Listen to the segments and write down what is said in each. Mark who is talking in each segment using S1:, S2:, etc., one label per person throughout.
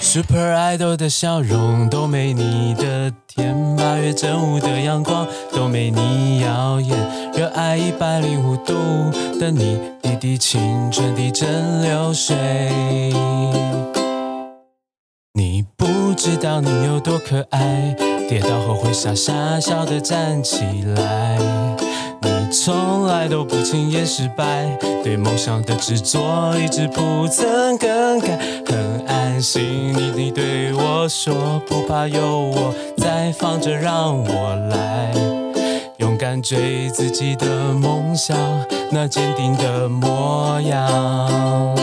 S1: Super Idol 的笑容都没你的甜，八月正午的阳光都没你耀眼，热爱一百零五度的你，滴滴青春滴蒸流水。你不知道你有多可爱，跌倒后会傻傻笑的站起来。你从来都不轻言失败，对梦想的执着一直不曾更改。很安心，你你对我说，不怕有我在，放着让我来。勇敢追自己的梦想，那坚定的模样。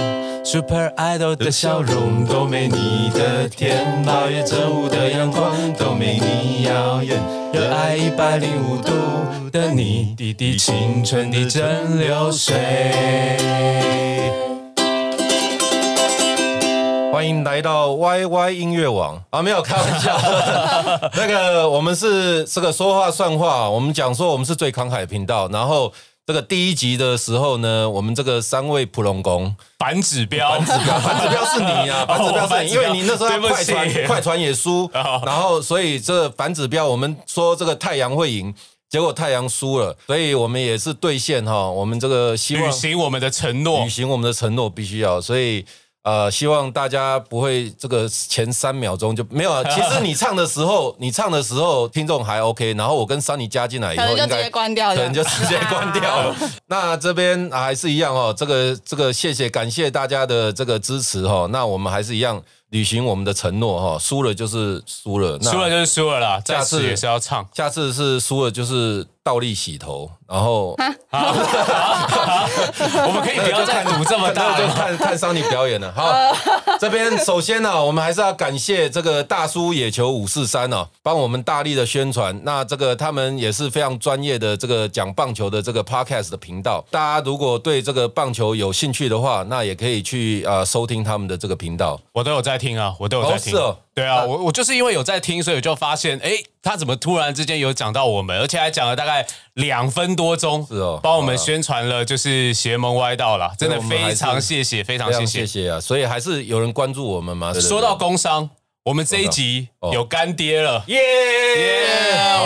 S1: Super Idol 的笑容都没你的甜，八月正午的阳光都没你耀眼。热爱一百零五度的你，滴滴青春的蒸馏水。
S2: 欢迎来到 YY 音乐网啊，没有开玩 笑。那个我们是这个说话算话，我们讲说我们是最慷慨的频道。然后这个第一集的时候呢，我们这个三位普龙宫，
S3: 反指标，
S2: 反指标是你
S3: 哦
S2: 啊，反指标是你，因为你那时候要
S3: 对不
S2: 快
S3: 起哦
S2: 船快船也 输，然后所以这反指标我们说这个太阳会赢，结果太阳输了，所以我们也是兑现哈，我们这个希
S3: 履
S2: 望
S3: 行我们的承诺
S2: 履。行我们的承诺，必须要。所以呃，希望大家不会这个前三秒钟就没有啊。其实你唱的时候，你唱的时候听众还 OK，然后我跟桑尼加进来以
S4: 可
S2: 后，
S4: 能就
S2: 应
S4: 直接
S2: 该。
S4: 关掉
S2: 可
S4: 了
S2: 能。就直接关掉 了。那这边啊还是一样哦，这个这个谢谢感谢大家的这个支持哦。那我们还是一样履行我们的承诺哦，输了就是输了，那
S3: 输了就是输了啦，
S2: 啊下
S3: 再
S2: 次
S3: 次也是 要唱。
S2: 下次是输了就是倒立洗头，然后
S3: 我 们可以不要看赌这么 大呃
S2: 那就
S3: 吗，
S2: 看看桑尼表演了。好， 这边首先呢、我们还是要感谢这个大叔野球五四三哦，帮我们大力的宣传。那这个他们也是非常专业的这个讲棒球的这个 podcast 的频道。大家如果对这个棒球有兴趣的话，那也可以去啊、呃收听他们的这个频道。
S3: 我都有在听啊，我都有在
S2: 哦
S3: 听。
S2: 是哦
S3: 对啊，我我就是因为有在听，所以我就发现，哎，他怎么突然之间有讲到我们，而且还讲了大概两分多钟，
S2: 是哦
S3: 帮我们宣传了就是邪门歪道啦，真的
S2: 对我们还
S3: 非
S2: 是
S3: 常谢谢，非常
S2: 非
S3: 谢
S2: 常
S3: 谢
S2: 谢。谢啊！所以还是有人关注我们嘛？对不对
S3: 说到工商，我们这一集
S2: 哦
S3: 有干爹了，
S2: 耶
S3: 耶！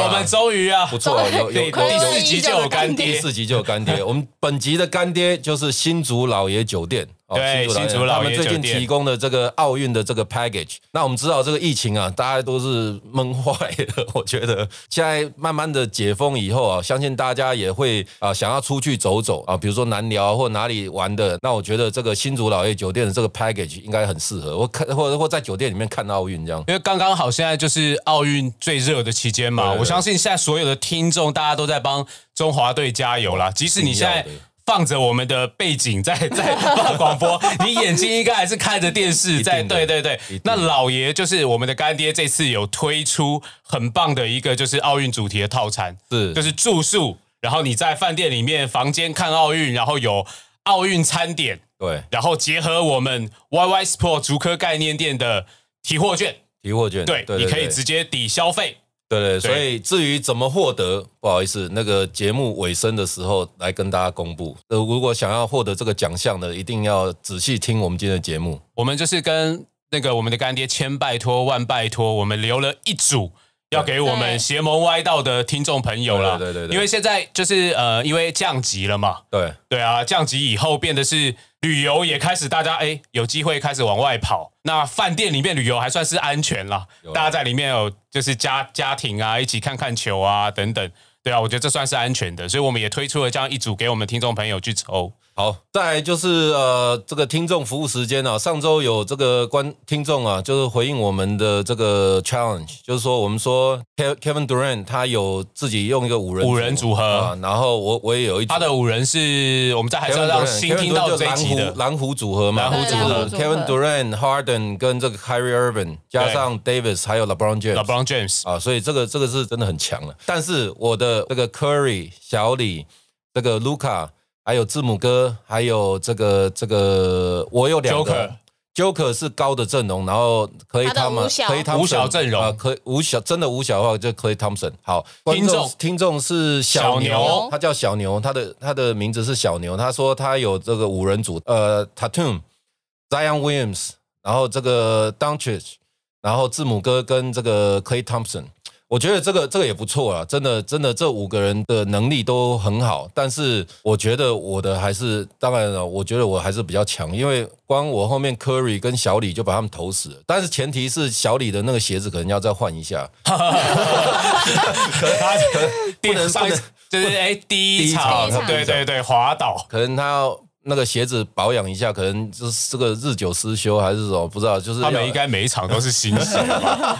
S3: 我们终于啊
S2: 不， 错，有有
S3: 对，
S2: 有
S4: 快
S3: 第
S4: 乐
S3: 四
S4: 一
S3: 集
S4: 周
S3: 就
S4: 的
S3: 有干
S4: 干
S2: 第
S3: 爹。
S2: 四集就有干 爹。我们本集的干爹就是新竹老爷酒店。哦
S3: 对新竹老
S2: 他
S3: 爷
S2: 们
S3: 酒
S2: 最
S3: 店
S2: 近提供的这个奥运的这个 package，那我们知道这个疫情啊，大家都是闷坏了。我觉得现在慢慢的解封以后啊，相信大家也会啊想要出去走走啊，比如说南寮或哪里玩的。那我觉得这个新竹老爷酒店的这个 package 应该很适合，我看或者或在酒店里面看奥运这样。
S3: 因为刚刚好，现在就是奥运最热的期间嘛，
S2: 对对对
S3: 我相信现在所有的听众大家都在帮中华队加油啦。即使你现在
S2: 一定要的
S3: 放着我们的背景在 在放广播，你眼睛应该还是看着电视在。
S2: 定的
S3: 对对对
S2: 一定，
S3: 那老爷就是我们的干爹，这次有推出很棒的一个就是奥运主题的套餐，
S2: 是
S3: 就是住宿，然后你在饭店里面房间看奥运，然后有奥运餐点，
S2: 对，
S3: 然后结合我们 YY Sport 足科概念店的提货券。
S2: 提货券，
S3: 对，你可以直接抵消费。
S2: 对对，
S3: 对
S2: 所以至于怎么获得，不好意思，那个节目尾声的时候来跟大家公布。呃，如果想要获得这个奖项的，一定要仔细听我们今天的节目。
S3: 我们就是跟那个我们的干爹千拜托万拜托，我们留了一组。要给我们
S4: 对
S3: 邪魔歪道的听众朋友啦，
S2: 对对对对
S3: 因为现在就是呃，因为降级了嘛，
S2: 对，
S3: 对啊，降级以后变得是旅游也开始大家哎有机会开始往外跑，那饭店里面旅游还算是安全啦
S2: 有，啊
S3: 大家在里面有就是家家庭啊，一起看看球啊等等，对啊，我觉得这算是安全的，所以我们也推出了这样一组给我们听众朋友去抽，
S2: 好，再来就是呃，这个听众服务时间啊，上周有这个观听众啊，就是回应我们的这个 challenge，就是说我们说 Ke- Kevin Durant 他有自己用一个五人
S3: 五人组合
S2: 啊，然后我我也有一组
S3: 他的五人是我们在还是要让新听到这一集的
S2: 蓝湖组合嘛，
S3: 蓝
S4: 湖组合
S2: 就是
S4: 对蓝
S2: Kevin
S4: 湖组
S2: Durant、Harden 跟这个 Kyrie Irving 加上 Davis 还有 LeBron James。
S3: LeBron James。
S2: 啊，所以这个这个是真的很强了。但是我的这个 Curry、小李、这个 Luca，还有字母哥，还有这个这个，我有两个 Joker 是高的阵容，然后可以
S4: 他的
S2: 他们
S4: 五小
S2: 可以他们
S3: 五小阵容
S2: 啊，可以五小真的五小的话就 Clay Thompson。好，
S3: 听众
S2: 观听众是小
S3: 小
S2: 牛，
S3: 牛
S2: 他叫小牛，他的他的名字是小牛。他说他有这个五人组，呃，Tatum、Zion Williams，然后这个 d u n c h 然后字母哥跟这个 Clay Thompson，我觉得这个这个也不错啊，真的真的这五个人的能力都很好，但是我觉得我的还是当然了，我觉得我还是比较强，因为光我后面 Curry 跟小李就把他们投死了，但是前提是小李的那个鞋子可能要再换一下，
S3: 不
S2: 能
S3: 上一
S2: 不能
S3: 就是哎第
S2: 第
S3: 一
S2: 一
S3: 场
S4: 场，
S3: 对对对，滑倒。
S2: 可能他要。那个鞋子保养一下，可能就是这个日久失修还是什么，不知道。就是啊
S3: 他
S2: 要
S3: 们应该每一场都是新 鞋吧？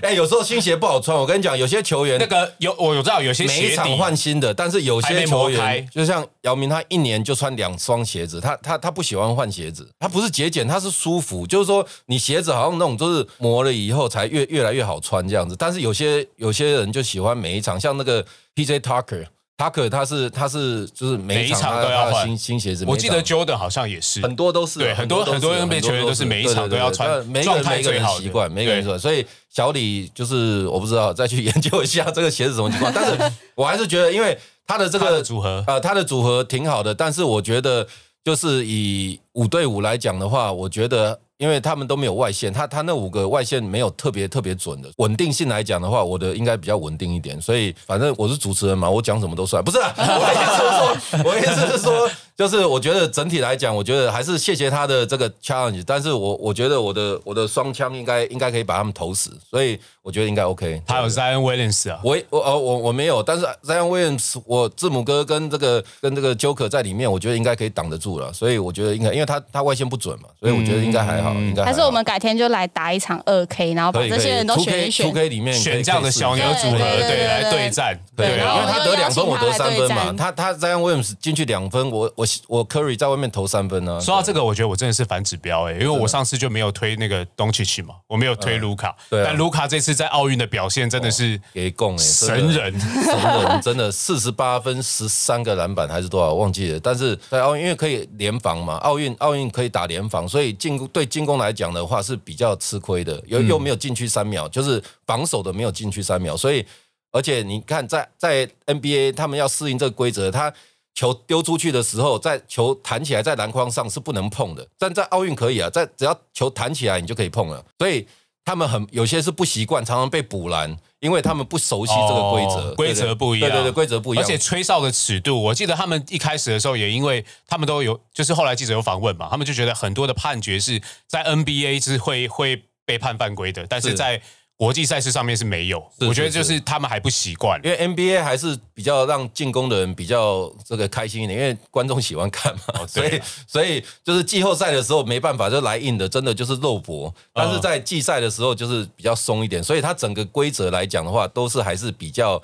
S2: 哎、有时候新鞋不好穿。我跟你讲，有些球员
S3: 那个有我有知道有些
S2: 每一
S3: 鞋
S2: 场
S3: 底啊
S2: 换新的，但是有
S3: 还
S2: 些
S3: 没磨
S2: 球
S3: 开
S2: 员就像姚明，他一年就穿两双鞋子，他他他不喜欢换鞋子，他不是节俭，他是舒服，就是说你鞋子好像那种就是磨了以后才越越来越好穿这样子。但是有些有些人就喜欢每一场，像那个 PJ Tucker。Tucker 他是他是就是每一场
S3: 每一场
S2: 他
S3: 都要
S2: 他的
S3: 换
S2: 新新鞋子，
S3: 我记
S2: 每
S3: 得
S2: 一场
S3: Jordan 好像也是，
S2: 很多都是啊
S3: 对很多
S2: 都是
S3: 很多 NBA 球员都是每一场
S2: 对对对
S3: 都要穿
S2: 对每个
S3: 状
S2: 人
S3: 态
S2: 每个
S3: 最
S2: 人
S3: 好的
S2: 习惯，每个人
S3: 对
S2: 习惯。所以小李就是我不知道，再去研究一下这个鞋是什么情况。但是我还是觉得，因为他的这
S3: 他
S2: 个
S3: 的组合
S2: 呃，他的组合挺好的，但是我觉得就是以五对五来讲的话，我觉得。因为他们都没有外线，他他那五个外线没有特别特别准的，稳定性来讲的话，我的应该比较稳定一点。所以反正我是主持人嘛，我讲什么都算。不是、啊， 我的意思是说，我的意思是说，就是我觉得整体来讲，我觉得还是谢谢他的这个 challenge，但是我我觉得我的我的双枪应该应该可以把他们投死，所以我觉得应该 OK。
S3: 还有 Zion Williams 啊，
S2: 我我呃我我没有，但是 Zion Williams 我字母哥跟这个跟这个 Joker 在里面，我觉得应该可以挡得住了，所以我觉得应该，因为他他外线不准嘛，所以我觉得应该还好，
S3: 嗯
S2: 应该
S4: 还
S2: 好
S4: 是我们改天就来打一场二 K，然后把
S2: 啊可以
S4: 这些人都选一选
S2: Two。K 里面可以
S3: 选这样的小牛组合，
S4: 对对对
S3: 对，
S4: 对
S3: 来
S4: 对
S3: 对战，
S2: 可以试一下对啊，因
S3: 对
S4: 然
S2: 为
S4: 后
S3: 啊。
S2: 他得两分，我得
S4: 邀请他
S2: 三
S4: 来对
S2: 分嘛，
S4: 战
S2: 他他 Zion Williams 进去两分，我我我 Curry 在外面投三分啊呢。
S3: 说到这个，我觉得我真的是反指标哎、因为我上次就没有推那个东契奇嘛，我没有推卢卡，
S2: 对啊
S3: 但卢卡这次在奥运的表现真的是
S2: 给供哎，真
S3: 神
S2: 的
S3: 人，
S2: 神人真的四十八分十三个篮板还是多少忘记了，但是在奥运因为可以联防嘛，奥运奥运可以打联防，所以进攻对进攻来讲的话是比较吃亏的，又又没有禁区三秒，就是防守的没有禁区三秒，所以而且你看在在 NBA 他们要适应这个规则，他。球丢出去的时候，在球弹起来在篮筐上是不能碰的，但在奥运可以啊，在只要球弹起来你就可以碰了，所以他们很有些是不习惯，常常被补篮，因为他们不熟悉这个规则，
S3: 哦规则不一样
S2: 对对对，规则不一
S3: 而
S2: 样，
S3: 且吹哨的尺度，我记得他们一开始的时候也因为他们都有，就是后来记者有访问嘛，他们就觉得很多的判决是在 NBA 是会会被判犯规的，但是
S2: 是
S3: 在国际赛事上面是没有。
S2: 是
S3: 我觉得
S2: 是
S3: 就是他们还不习惯。
S2: 因为 NBA 还是比较让进攻的人比较这个开心一点，因为观众喜欢看嘛，所
S3: 对
S2: 以
S3: 啊
S2: 所以就是季后赛的时候没办法就来硬的，真的就是肉
S3: 嗯
S2: 搏，但是在季赛的时候就是比较松一点，所以它整个规则来讲的话，都是还是比较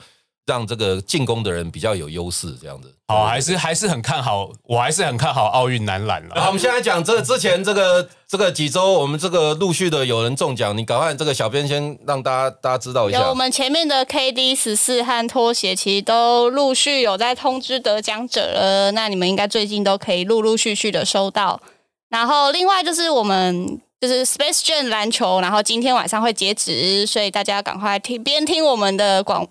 S2: 让这个进攻的人比较有优势这样子。
S3: 好，还是还是很看好，我还是很看好奥运男篮
S2: 好，
S3: 啊
S2: 我
S3: 了。
S2: 们现在讲这个之前这个这个几周，我们这个陆续的有人中奖，你赶快这个小编先让大家大家知道一
S4: 有
S2: 下
S4: 我。们前面的 KD 十四和拖鞋，其实都陆续有在通知得奖者了。那你们应该最近都可以陆陆续续的收到。然后另外就是我们就是 Space Jam 篮球，然后今天晚上会截止，所以大家赶快听，边听我们的广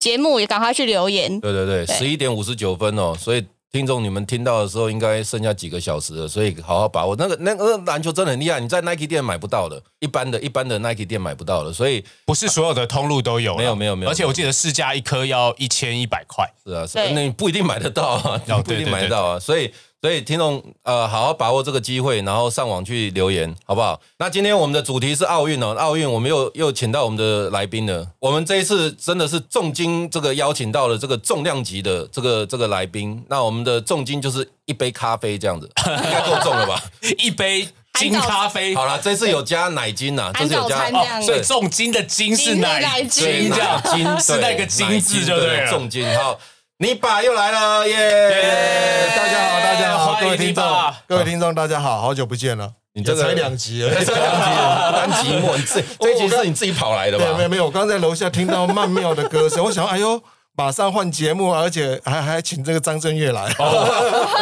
S4: 节目，也赶快去留言。
S2: 对对对，
S4: 对
S2: 十一点五十九分哦，所以听众你们听到的时候，应该剩下几个小时了，所以好好把握。那个那个篮球真的很厉害，你在 Nike 店买不到的，一般的一般的 Nike 店买不到的，所以
S3: 不是所有的通路都有啦，
S2: 没有没有没有
S3: 而且我记得市价一颗要一千一百块。
S2: 是啊，是
S4: 对
S2: 那你不一定买得到啊，你
S3: 哦
S2: 不一
S3: 对
S2: 定
S3: 对
S2: 买得到啊，所以。所以听众呃，好好把握这个机会，然后上网去留言，好不好？那今天我们的主题是奥运哦，奥运我们又又请到我们的来宾了。我们这一次真的是重金这个邀请到了这个重量级的这个这个来宾。那我们的重金就是一杯咖啡这样子，应该够重了 吧？
S3: 一杯金咖啡。
S2: 好啦，这次有加奶精呐、这
S4: 含
S2: 次有
S4: 早
S2: 加哦
S4: 餐这样
S3: 所以
S4: 子，
S3: 重金的金是奶
S4: 金是
S2: 对
S4: 奶精
S3: 这样
S2: 奶精
S3: 是那个金字就对
S2: 对
S3: 了。
S2: 重金。好，你爸又来了耶
S3: 耶
S5: 大家好，大家好，
S3: 欢迎
S5: 各位听众
S3: 你爸，
S5: 各位听众，大家好，好久不见了，
S2: 你这个
S5: 也才两集而已，
S2: 这两集单集末，你 自己这一集是你自己跑来的
S5: 对，没有
S2: 吧？
S5: 没有，我刚在楼下听到曼妙的歌声，我想，哎呦，马上换节目，而且还还请这个张震岳
S2: 哦
S5: 来，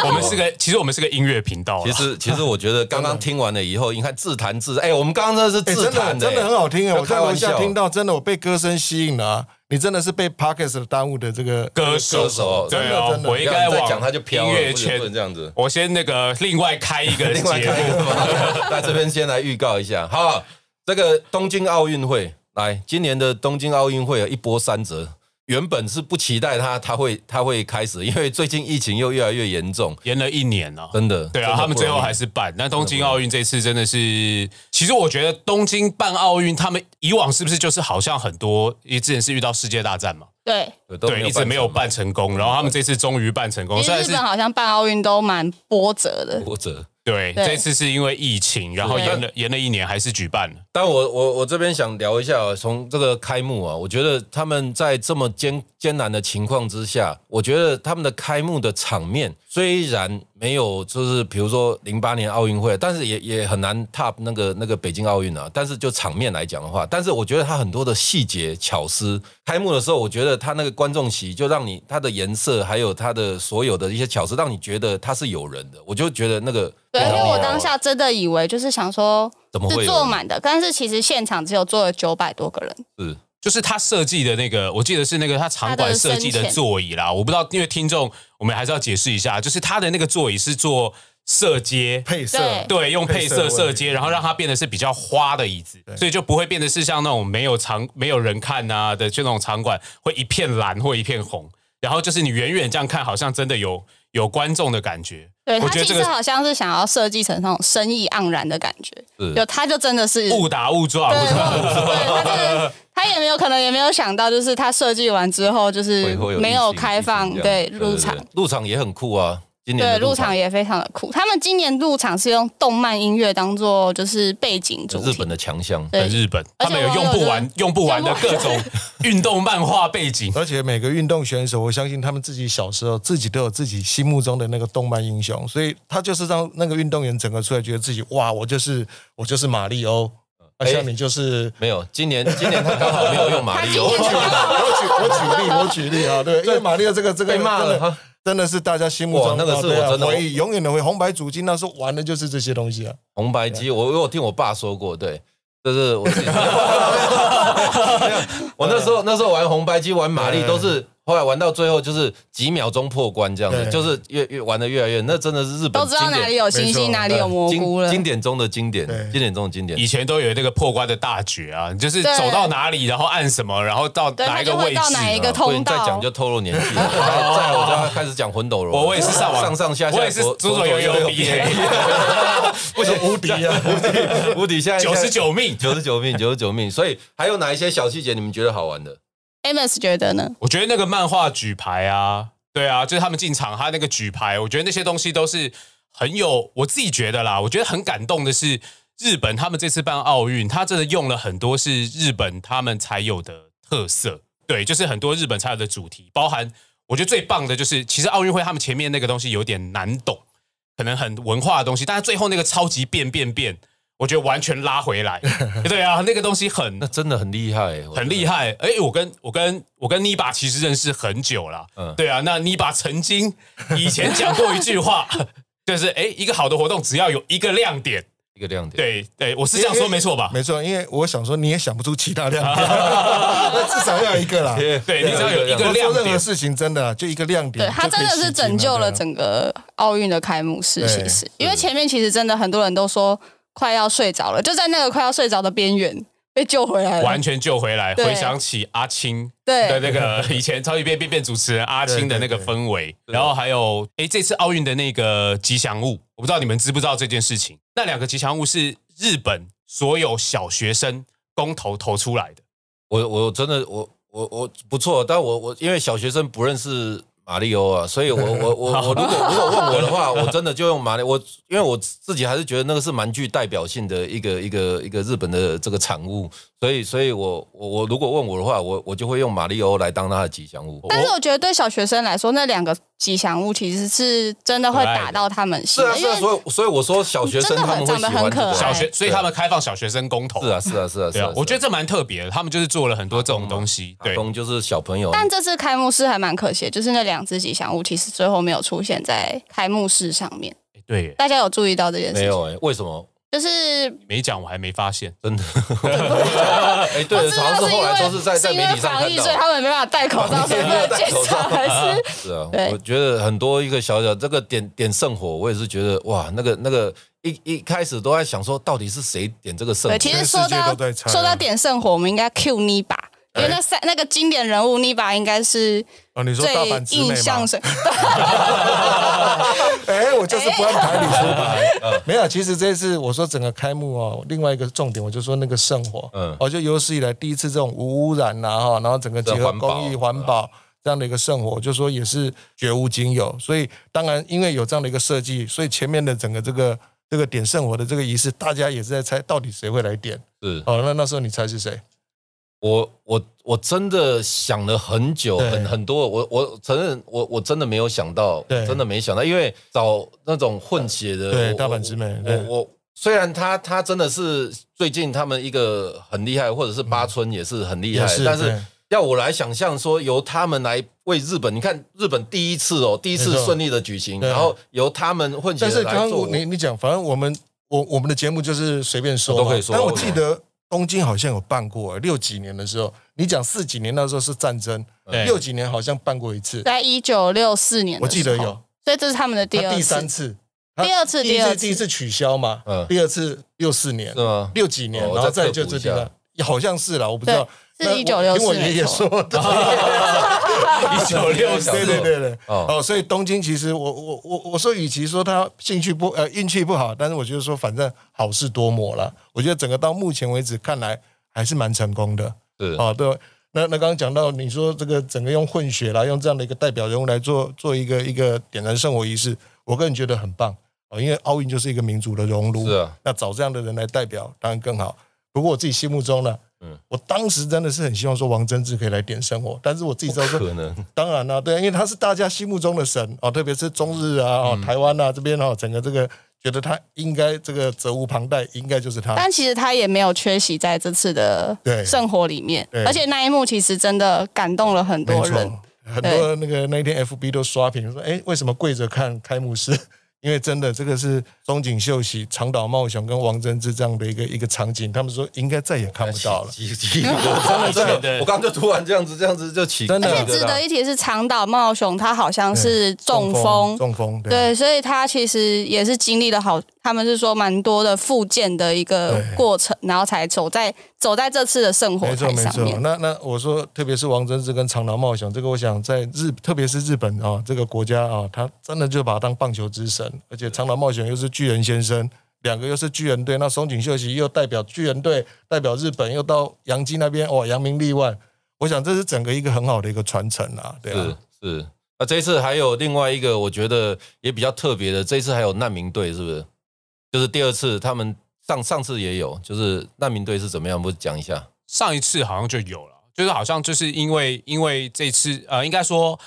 S3: 我们是个，其实我们是个音乐频道
S2: 其
S3: 啦。
S2: 实，其实我觉得刚刚听完了以后，你看自弹自哎，我们刚刚真的是
S5: 哎，
S2: 自
S5: 真的
S2: 弹
S5: 真的很好听哎，
S2: 不要
S5: 我在
S2: 开
S5: 楼
S2: 玩笑
S5: 下听到，真的我被歌声吸引了啊，你真的是被 Parkes 耽误的这个
S3: 歌手，
S2: 歌手
S3: 对
S5: 真的
S3: 哦
S5: 真，的
S3: 我应该
S2: 不要再
S3: 往
S2: 讲他就飘了
S3: 音乐
S2: 不能不能
S3: 圈
S2: 这样子
S3: 我先那个 另外开一个 节
S2: 另外看一个
S3: 目，
S2: 嘛，那这边先来预告一下，好，这个东京奥运会，来今年的东京奥运会啊一波三折。原本是不期待它，它会它会开始，因为最近疫情又越来越严重，
S3: 延了一年了。
S2: 真的。
S3: 对
S2: 真
S3: 啊，
S2: 的
S3: 他们
S2: 不
S3: 最
S2: 容易
S3: 后还是办。那东京奥运这次真的是，其实我觉得东京办奥运，他们以往是不是就是好像很多，因为之前是遇到世界大战嘛，
S4: 对，
S2: 都
S3: 对，一直没有办成功，然后他们这次终于办成功，
S4: 其
S3: 虽
S4: 实
S3: 然
S4: 日
S3: 是
S4: 本好像办奥运都蛮波折的
S2: 成，波折。
S3: 对，
S4: 对
S3: 这次是因为疫情，然后
S4: 对
S3: 延了延了一年，还是举办了。
S2: 但我我我这边想聊一下、哦，从这个开幕啊，我觉得他们在这么艰艰难的情况之下，我觉得他们的开幕的场面虽然没有就是比如说零八年奥运会，但是也也很难 top 那个那个北京奥运啊。但是就场面来讲的话，但是我觉得它很多的细节巧思，开幕的时候，我觉得它那个观众席就让你它的颜色还有它的所有的一些巧思，让你觉得它是有人的，我就觉得那个
S4: 对，因为我
S2: 哦
S4: 当下真的以为就是想说
S2: 怎么会
S4: 是
S2: 有
S4: 坐
S2: 人
S4: 满的，但是其实现场只有坐了九百多个人。
S2: 是
S3: 就是他设计的那个，我记得是那个他场馆设计的座椅啦，我不知道，因为听众我们还是要解释一下，就是他的那个座椅是做色阶，
S5: 配色，
S4: 对
S3: 对，用配色
S5: 配色
S3: 色阶，然后让它变得是比较花的椅子，所以就不会变得是像那种没有场没有人看啊的这种场馆，会一片蓝或一片红，然后就是你远远这样看，好像真的有有观众的感觉。
S4: 对
S3: 我
S4: 他
S3: 觉得
S4: 其
S3: 这
S4: 实
S3: 个
S4: 好像是想要设计成那种生意盎然的感觉，
S2: 是
S4: 有他就真的是
S3: 误打误撞，
S4: 对，
S3: 误打误撞
S4: 对，他 就是他也没有可能也没有想到，就是他设计完之后就是
S2: 会会有
S4: 没
S2: 疫
S4: 有
S2: 情
S4: 开放
S2: 疫情这
S4: 对
S2: 样
S4: 入场，
S2: 对对入场也很酷啊。今年
S4: 对
S2: 的
S4: 入
S2: 场
S4: 场也非常的酷。他们今年入场是用动漫音乐当做就是背景主
S2: 日
S4: 题
S2: 本，的强项，
S4: 对
S3: 很日本，
S4: 而且
S3: 他们有
S4: 网友
S3: 用不完
S4: 就、
S3: 用不完的各种 运动漫画背景。
S5: 而且每个运动选手，我相信他们自己小时候自己都有自己心目中的那个动漫英雄，所以他就是让那个运动员整个出来，觉得自己哇，我就是我就是马里欧，啊、
S2: 哎
S5: 像你就是。
S2: 没有，今年今年他刚好没有用马里奥
S4: 他，今年
S5: 我举我举例，我举例啊，对，因为马里奥这个这个
S2: 被骂了
S5: 真的
S2: 哈
S5: 真的是大家心目中
S2: 哇那个是
S5: 啊对啊
S2: 我真的
S5: 回忆，永远的回忆红白主金那时候玩的就是这些东西啊。
S2: 红白机，我我有听我爸说过，对，就是我 自己没有没有我那时候那时候玩红白机玩玛丽
S5: 对
S2: 都是。后来玩到最后就是几秒钟破关这样子，
S5: 对
S2: 就是越越玩的越来越，那真的是日本
S4: 都知道
S2: 经典
S4: 哪里有星
S5: 没
S4: 星，
S5: 错
S4: 哪里有蘑菇了
S2: 经。经典中的经典，
S5: 对
S2: 经典中的经典
S3: 以。前都有那个破关的大绝啊，就是
S4: 对
S3: 走到哪里，然后按什么，然后到
S4: 对
S3: 哪
S4: 他
S3: 一个
S4: 就会
S3: 位置
S4: 到哪一个
S2: 不
S4: 啊通
S2: 然再
S4: 道，
S2: 讲就透露年纪 了，再再我就要开始讲魂斗罗了。
S3: 我我也是上网
S2: 上上下下，
S3: 我也是
S2: 左
S3: 左左右 右
S2: 不行，
S5: 无敌 啊！
S2: 无敌现在
S3: 九十九命。
S2: 九十九命，九十九命。所以还有哪一些小细节你们觉得好玩的？
S4: Amos 觉得呢？
S3: 我觉得那个漫画举牌啊，对啊，就是他们进场他那个举牌，我觉得那些东西都是很有我自己觉得啦，我觉得很感动的是日本他们这次办奥运，他真的用了很多是日本他们才有的特色，对，就是很多日本才有的主题，包含我觉得最棒的就是其实奥运会他们前面那个东西有点难懂，可能很文化的东西，但是最后那个超级变变变。我觉得完全拉回来，对啊，那个东西很
S2: 那真的很厉害，
S3: 很厉
S2: 害。
S3: 害。哎、我跟我跟我跟妮爸其实认识很久了，
S2: 嗯
S3: 对啊。那妮爸曾经以前讲过一句话， 就是哎、一个好的活动只要有一个亮点，
S2: 一个亮点。
S3: 对对，我是这样说没错
S2: 啊
S3: 吧？
S5: 没错，因为我想说你也想不出其他亮 点，那至少要一个啦。
S2: 对
S3: 对你只要有一个
S5: 我
S3: 亮
S5: 做任何
S3: 点，
S5: 事情真的啊就一个亮点
S4: 对
S5: 就可
S4: 他
S5: 以洗
S4: 真
S5: 金了，
S4: 的是拯救了
S5: 对啊
S4: 整个奥运的开幕式，
S5: 对
S4: 其实因为前面其实真的很多人都说快要睡着了，就在那个快要睡着的边缘被救回来了。
S3: 完全救回来。
S4: 对
S3: 回想起阿青的
S4: 对
S3: 那个以前超级变变变主持人阿青的那个氛围，
S2: 对
S3: 然后还有哎、这次奥运的那个吉祥物，我不知道你们知不知道这件事情？那两个吉祥物是日本所有小学生公投投出来的。
S2: 我我真的我我我不错，但我我因为小学生不认识马里欧啊，所以我我 我我如果如果问我的话，我真的就用马里我，因为我自己还是觉得那个是蛮具代表性的一个一个一个日本的这个产物，所以所以我我我如果问我的话，我我就会用马里欧来当他的吉祥物。
S4: 但是我觉得对小学生来说，那两个吉祥物其实是真的会打到他们
S2: 是
S4: 心
S2: 啊
S4: 的，
S2: 是
S4: 因
S2: 啊，
S4: 为
S2: 所以所以我说小学生他们会喜欢这个
S4: 真的
S3: 小
S4: 很
S3: 学，所以他们开放小学生公投。
S2: 是啊是啊是啊是
S3: 对啊
S2: 啊，，
S3: 我觉
S2: 得
S3: 得这蛮特别的，他们就是做了很多这种东西。对，
S2: 啊东就是小朋友，
S4: 但这次开幕式还蛮可惜的，就是那两只吉祥物其实最后没有出现在开幕式上面。
S3: 对，
S4: 大家有注意到这件事
S2: 没
S4: 情？
S2: 有哎，为什么？
S4: 就是
S3: 没讲我还没发现，
S2: 真的。哎，对，
S4: 我知
S2: 好
S4: 道
S2: 像是
S4: 因
S2: 后来都
S4: 为
S2: 是在在
S4: 因
S2: 媒
S4: 为
S2: 体上
S4: 防
S2: 看
S4: 疫，
S2: 到
S4: 所以。他们没办法戴口罩，所以不能检查还是
S2: 是啊，
S4: 对
S2: 我觉得很多一个小小这个点点圣火，我也是觉得哇，那个那个一一开始都在想说，到底是谁点这个圣火
S4: 对，？其实
S5: 全
S4: 说
S5: 世界
S4: 到
S5: 都在猜啊
S4: 说到点圣火，我们应该 Q 妮吧，因为那三那个经典人物妮吧应该是
S5: 哦，你说
S4: 最
S5: 大阪直美
S4: 印
S5: 吗
S4: 象？深。
S5: 哎，我就是不按牌理出
S4: 哎
S5: 牌。没有，其实这次我说整个开幕哦，另外一个重点，我就说那个圣火，
S2: 嗯
S5: 嗯，哦，就有史以来第一次这种无污染呐、哈，然后整个结合
S2: 环保
S5: 公益环保。嗯这样的一个圣火，我就说也是绝无仅有，所以当然因为有这样的一个设计，所以前面的整个这个这个点圣火的这个仪式，大家也是在猜到底谁会来点。
S2: 是
S5: 哦，那那时候你猜是谁？
S2: 我我我真的想了很久，
S5: 对
S2: 很很多，我我承认，我我真的没有想到，
S5: 对
S2: 真的没想到，因为找那种混血的，
S5: 对
S2: 我
S5: 大阪直美
S2: 我
S5: 对
S2: 我我虽然他他真的是最近他们一个很厉害，或者是八村也是很厉害，
S5: 嗯也是
S2: 但是
S5: 对
S2: 要我来想象说由他们来为日本，你看日本第一次哦，第一次
S5: 没错
S2: 顺利的举行，
S5: 对
S2: 然后由他们混血
S5: 但
S2: 的
S5: 是
S2: 来
S5: 刚
S2: 做，
S5: 刚你你讲，反正我们我我们的节目就是随便说嘛
S2: 都可以说
S5: 但我记得东京好像有办过、六几年的时候，你讲四几年那时候是战争，
S2: 嗯
S3: 对
S5: 六几年好像办过一次，
S4: 在一九六四年，
S5: 我记得，有。
S4: 所以这是他们的第
S5: 他
S4: 二
S5: 第
S4: 次
S5: 三次，
S4: 第二次
S5: 第一
S4: 第二
S5: 次
S4: 次
S5: 第一次取消嘛
S2: 嗯，
S5: 第二次六四年
S2: 是， 吗？
S5: 六几年，
S2: 哦
S5: 然后再
S2: 再
S5: 就
S2: 科普
S5: 这
S2: 一
S5: 地方
S2: 下。
S5: 好像是啦，我不知道，
S4: 对
S5: 那
S4: 是
S5: 我
S4: 1964
S5: 听我爷爷
S4: 没错
S5: 说 的。
S3: 一九六四
S5: 对对对对，
S2: 哦
S5: 哦所以东京其实我我我我说，与其说他兴趣不呃运气不好，但是我觉得说反正好事多磨了。我觉得整个到目前为止看来还是蛮成功的。
S2: 是
S5: 哦，对。那那刚刚讲到你说这个整个用混血啦，用这样的一个代表人物来做做一个一个点燃圣火仪式，我个人觉得很棒哦，因为奥运就是一个民族的熔炉，
S2: 是啊
S5: 那找这样的人来代表当然更好。不过我自己心目中呢，
S2: 嗯
S5: 嗯，我当时真的是很希望说王贞治可以来点圣火，但是我自己知道说
S2: 可能
S5: 当然啦、对，啊因为他是大家心目中的神哦，特别是中日啊、哦、台湾啊这边哦，整个这个觉得他应该这个责无旁贷，应该就是他。
S4: 但其实他也没有缺席在这次的
S5: 啊对
S4: 圣火里面
S5: 对，
S4: 而且那一幕其实真的感动了很
S5: 没
S4: 多人
S5: 错。，很多那个那一天 FB 都刷屏说，哎，为什么跪着看开幕式？ 因为真的这个是松井秀喜、长岛茂雄跟王贞治这样的一个一个场景，他们说应该再也看不到了。
S2: 起起，我真的真的，我刚刚就突然这样子这样子就起，
S5: 真的
S4: 而且
S5: 对
S4: 值得一提是长岛茂雄，他好像是中风，
S5: 中风，对
S4: 对，所以他其实也是经历了好，他们是说蛮多的复健的一个
S5: 对
S4: 过程，然后才走在走在这次的圣火
S5: 没错
S4: 台
S5: 没
S4: 上
S5: 错，
S4: 面。
S5: 那那我说，特别是王贞治跟长岛茂雄，这个我想在日，特别是日本啊、这个国家啊、他真的就把他当棒球之神，而且长岛茂雄又是巨人先生，两个又是巨人队，那松井秀喜又代表巨人队，代表日本，又到洋基那边，哇，扬名立万。我想这是整个一个很好的一个传承啊，对啊，
S2: 是是。那这一次还有另外一个，我觉得也比较特别的，这一次还有难民队，是不是？就是第二次他们上上次也有，就是难民队是怎么样？不讲一下？
S3: 上一次好像就有了，就是好像就是因为因为这次呃，应该说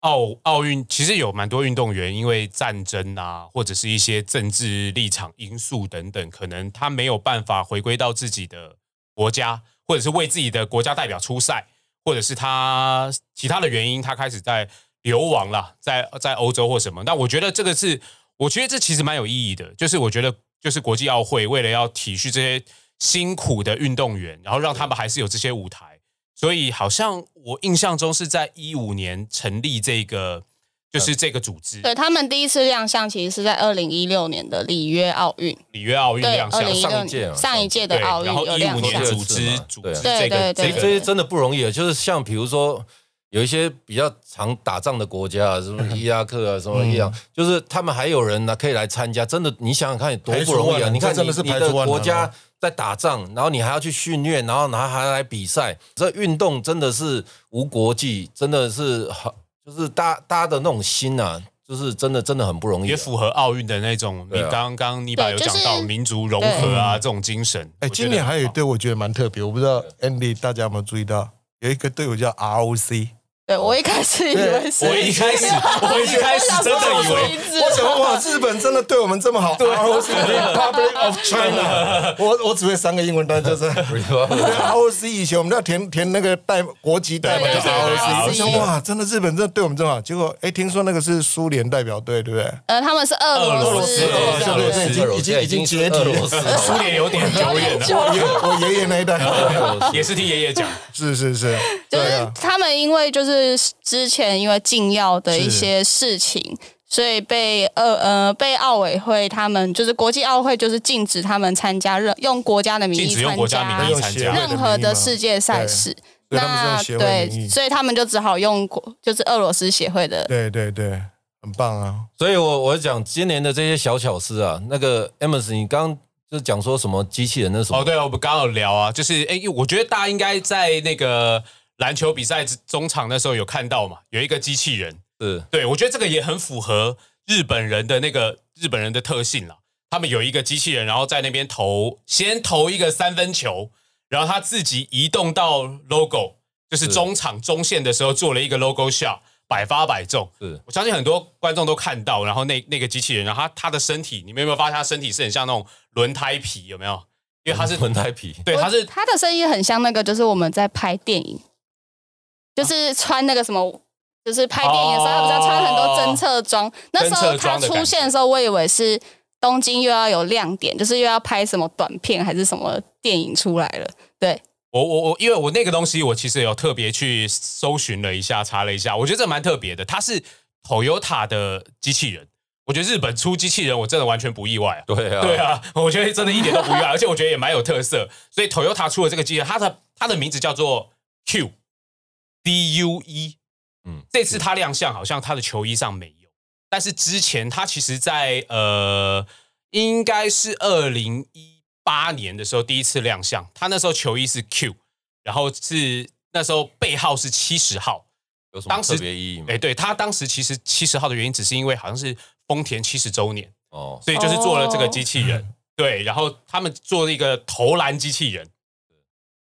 S3: 奥奥运其实有蛮多运动员因为战争啊，或者是一些政治立场因素等等，可能他没有办法回归到自己的国家，或者是为自己的国家代表出赛，或者是他其他的原因，他开始在流亡啦，在在欧洲或什么。那我觉得这个是，我觉得这其实蛮有意义的，就是我觉得就是国际奥会为了要体恤这些辛苦的运动员，然后让他们还是有这些舞台，所以好像我印象中是在一五年成立这个，就是这个组织
S4: 对他们第一次亮相其实是在二零一六年的里约奥运，
S3: 里约奥运
S4: 对，
S3: 亮
S4: 二
S3: 相
S4: 零。一
S2: 上
S4: 六
S2: 一届啊
S4: 年上一届的
S3: 对，
S4: 奥运
S3: 然后
S4: 有
S3: 一五
S4: 亮
S3: 年
S4: 相
S2: 的。
S3: 组织组织
S4: 对啊
S3: 这个
S4: 对
S3: 这
S2: 这
S4: 对
S3: 个
S2: 这些真的不容易，啊就是像比如说有一些比较常打仗的国家啊，什 么伊拉克啊，什么伊朗，
S3: 嗯
S2: 就是他们还有人呢、可以来参加。真的，你想想看，多不容易
S5: 排除万
S2: 啊！
S5: 难
S2: 你看
S5: 这真
S2: 你
S5: 的是
S2: 你
S5: 排除
S2: 的
S5: 万难哦
S2: 国家在打仗，然后你还要去训练，然后然后还要来比赛，这运动真的是无国际，真的是好，就是大大家的那种心啊，就是真的真的很不容易、
S5: 嗯
S3: 也
S2: 啊。
S3: 符合奥运的那种，你
S2: 对啊
S3: 刚刚你把有
S4: 对就
S3: 讲
S4: 是
S3: 到民族融合啊这种精神。我
S5: 哎，
S3: 觉得
S5: 今年还有一
S3: 很好
S5: 队我觉得蛮特别，我不知道 Andy 大家有没有注意到，有一个队伍叫 ROC，
S4: 对我一开始以为是，
S3: 我一开始，我一开始 真的以为，
S5: 我想说哇，日本真的对我们这么好，ROC Republic of China，我我只会三个英文单，就是 ROC。以前我们都要填填那个代国籍代表
S4: 对
S5: 叫
S4: 对对
S5: ROC，我想
S4: ROC
S5: 哇，真的日本真的对我们这么好。结果哎，听说那个是苏联代表队，对不对？
S4: 呃，他们是俄
S3: 俄
S4: 罗
S3: 罗
S4: 斯
S3: 斯
S4: 的，
S3: 俄罗斯
S2: 俄
S5: 对对，已经
S2: 罗斯
S5: 已经已经解体
S2: 俄罗斯
S5: 了。
S3: 苏联有点久远了，
S5: 我爷我爷爷那一代，
S3: 也是听爷爷讲，
S5: 是是是，
S4: 就
S5: 对
S4: 是
S5: 啊，
S4: 他们因为就是之前因为禁药的一些事情，所以被呃呃被奥委会他们就是国际奥会就是禁止他们参加任用国家的名
S3: 禁
S4: 义
S3: 止用
S4: 参
S3: 国家名
S4: 加
S3: 义参加
S5: 对。
S4: 任何的世界赛事。
S5: 对所以他们
S4: 那
S5: 是用协会名
S4: 对，
S5: 义
S4: 所以他们就只好用国就是俄罗斯协会的
S5: 对对对，很棒啊。
S2: 所以我我讲今年的这些小巧思啊，那个 Amos，你刚刚就讲说什么机器人那什么
S3: 哦，，对，我们刚刚有聊啊，就是哎，因为我觉得大家应该在那个篮球比赛中场那时候有看到嘛，有一个机器人，
S2: 是
S3: 对我觉得这个也很符合日本人的那个日本人的特性啦。他们有一个机器人，然后在那边投，先投一个三分球，然后他自己移动到 logo，就是
S2: 是
S3: 中场中线的时候做了一个 logo shot，百发百中。
S2: 是
S3: 我相信很多观众都看到，然后那那个机器人，然后他他的身体，你们有没有发现他身体是很像那种轮胎皮，有没有？因为他是
S2: 轮胎皮，
S3: 对，他是
S4: 他的声音很像那个，就是我们在拍电影，
S2: 啊
S4: 就是穿那个什么，就是拍电影的时候，他不是要穿很多侦测装？那时
S3: 侦
S4: 候
S3: 测装的感
S4: 他
S3: 觉
S4: 出现的时候，我以为是东京又要有亮点，就是又要拍什么短片还是什么电影出来了。对，
S3: 我我我，因为我那个东西，我其实有特别去搜寻了一下，查了一下，我觉得这蛮特别的。它是 Toyota 的机器人，我觉得日本出机器人，我真的完全不意外啊。
S2: 对啊，
S3: 对，啊，我觉得真的一点都不意外，而且我觉得也蛮有特色。所以 Toyota 出了这个机器人，它的它的名字叫做 Q D U E。
S2: 嗯
S3: 嗯，这次它亮相好像它的球衣上没有，但是之前它其实在呃，应该是二零一八年的时候第一次亮相，它那时候球衣是 Q，然后是那时候背号是七十号，
S2: 有什么
S3: 当时
S2: 特别意义吗
S3: 哎、？对，它当时其实七十号的原因只是因为好像是丰田七十周年。
S2: 哦，
S3: 所以就是做了这个机器人。对，然后他们做了一个投篮机器人，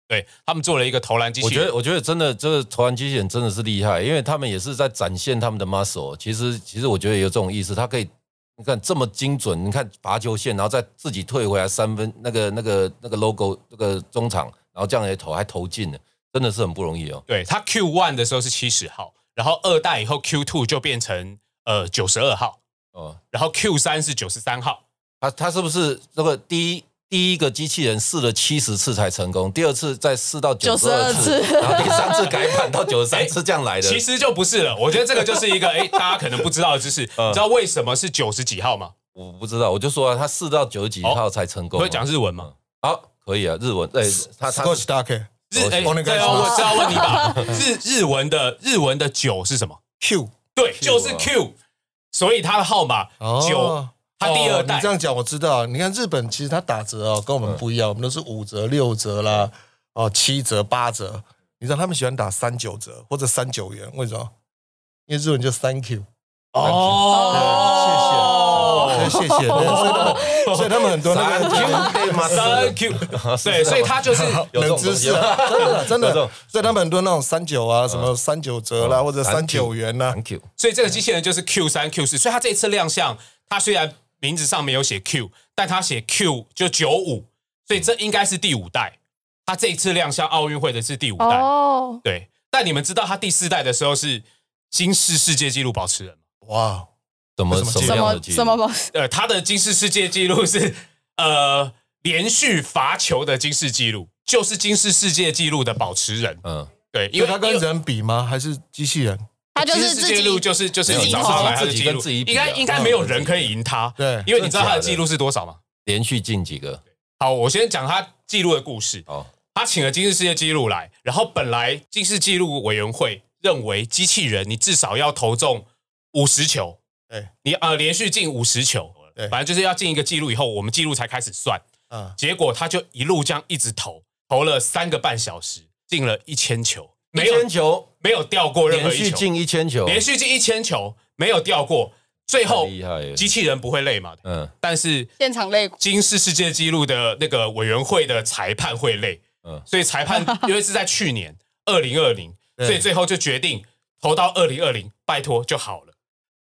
S3: 对他们做了一个投篮机
S2: 我
S3: 器
S2: 觉
S3: 人。
S2: 得，我觉得真的，这个投篮机器人真的是厉害，因为他们也是在展现他们的 muscle。其实，其实我觉得有这种意思，他可以，你看这么精准，你看罚球线，然后再自己退回来三分，那个、那个、那个 logo，那个中场，然后这样也投，还投进了，真的是很不容易哦。
S3: 对他 Q one 的时候是七十号，然后二代以后 Q two 就变成呃九十二号，
S2: 哦，
S3: 然后 Q 三是九十三号。
S2: 他他是不是那个第一第一个机器人试了七十次才成功，第二次再试到九十二
S4: 92
S2: 次，
S4: 次
S2: 然后第三次改版到九十三 次，这样来的。
S3: 哎其实就不是了，我觉得这个就是一个哎，大家可能不知道的知识。
S2: 嗯
S3: 你知道为什么是九十几号吗？
S2: 我不知道，我就说、啊、他试到九十几号才成功、
S3: 会讲日文
S2: 嗯
S3: 吗？
S2: 好，可以啊，日文，对，他他
S5: Scotch Duck
S3: 日哎，
S5: 我那
S3: 这
S5: 个
S3: 要问这要问你 吧。日日文的日文的九是什么？
S5: Q
S3: 对，就是
S2: Q 啊
S3: Q，所以他的号码九，他第二
S5: 哦
S3: 代
S5: 你这样讲我知道。你看日本其实它打折哦，跟我们不一样，我们都是五折、六折啦，哦，七折、八折。你知道他们喜欢打三九折或者三九元，为什么？因为日本就 Thank you，
S3: 哦
S5: 对，谢谢，对， 所以他们，所以他们很多那
S2: 三 Q
S5: 个。
S2: 对吗？
S3: ，Thank you，对，所以他就是
S2: 有这
S5: 冷
S2: 种
S5: 知
S2: 东
S5: 识
S2: 西
S5: 啊，真
S2: 有这
S5: 的真的
S2: 种，
S5: 所以他们很多那种三九啊，什么三九折啦，或者三九元啊呐，
S2: ，Thank you，
S3: 所以这个机器人就是 Q 三 Q 四，所以它这一次亮相，它虽然名字上没有写 Q，但它写 Q 就九五，所以这应该是第五代。它这一次亮相奥运会的是第五代，
S4: 哦，
S3: 对。但你们知道它第四代的时候是金氏世界纪录保持人吗？
S5: 哇，
S2: 怎么什
S4: 什
S2: 么样
S4: 么
S2: 的记忆
S4: 什么？
S3: 呃，他的金氏世界纪录是呃连续罚球的金氏纪录，就是金氏世界纪录的保持人。
S2: 嗯，
S3: 对，因
S5: 因
S3: 为
S5: 为他
S3: 因
S5: 跟
S3: 为
S5: 人比吗？还是机器人？
S4: 他就
S3: 金
S4: 是
S3: 氏世
S4: 自
S3: 界纪录
S4: 己
S3: 就是就是
S2: 没有
S3: 你找上来他的
S2: 自己
S3: 记
S2: 跟
S3: 录，
S2: 自己比
S3: 应该
S2: 啊
S3: 应该没有人可以赢他，
S5: 对
S3: 因为你知道他的
S2: 真的假的
S3: 记录是多少吗？
S2: 连续进几个？
S3: 好，我先讲他记录的故事。
S2: 哦，
S3: 他请了金氏世界纪录来，然后本来金氏纪录委员会认为机器人你至少要投中五十球，
S5: 对
S3: 你呃连续进五十球，
S5: 对
S3: 反正就是要进一个记录以后，我们记录才开始算。
S5: 啊，
S3: 结果他就一路这样一直投，投了三个半小时，进了一千球，没有
S2: 球，
S3: 没有掉过任
S2: 连
S3: 何一
S2: 续
S3: 球，
S2: 进一千球，
S3: 连续进一千球没有掉过。最后
S2: 很厉害耶
S3: 机器人不会累嘛？
S2: 嗯
S3: 但是
S4: 现场擂鼓。
S3: 金氏世界纪录的那个委员会的裁判会累，
S2: 嗯
S3: 所以裁判因为是在去年二零二零，所以最后就决定投到二零二零，拜托就好了。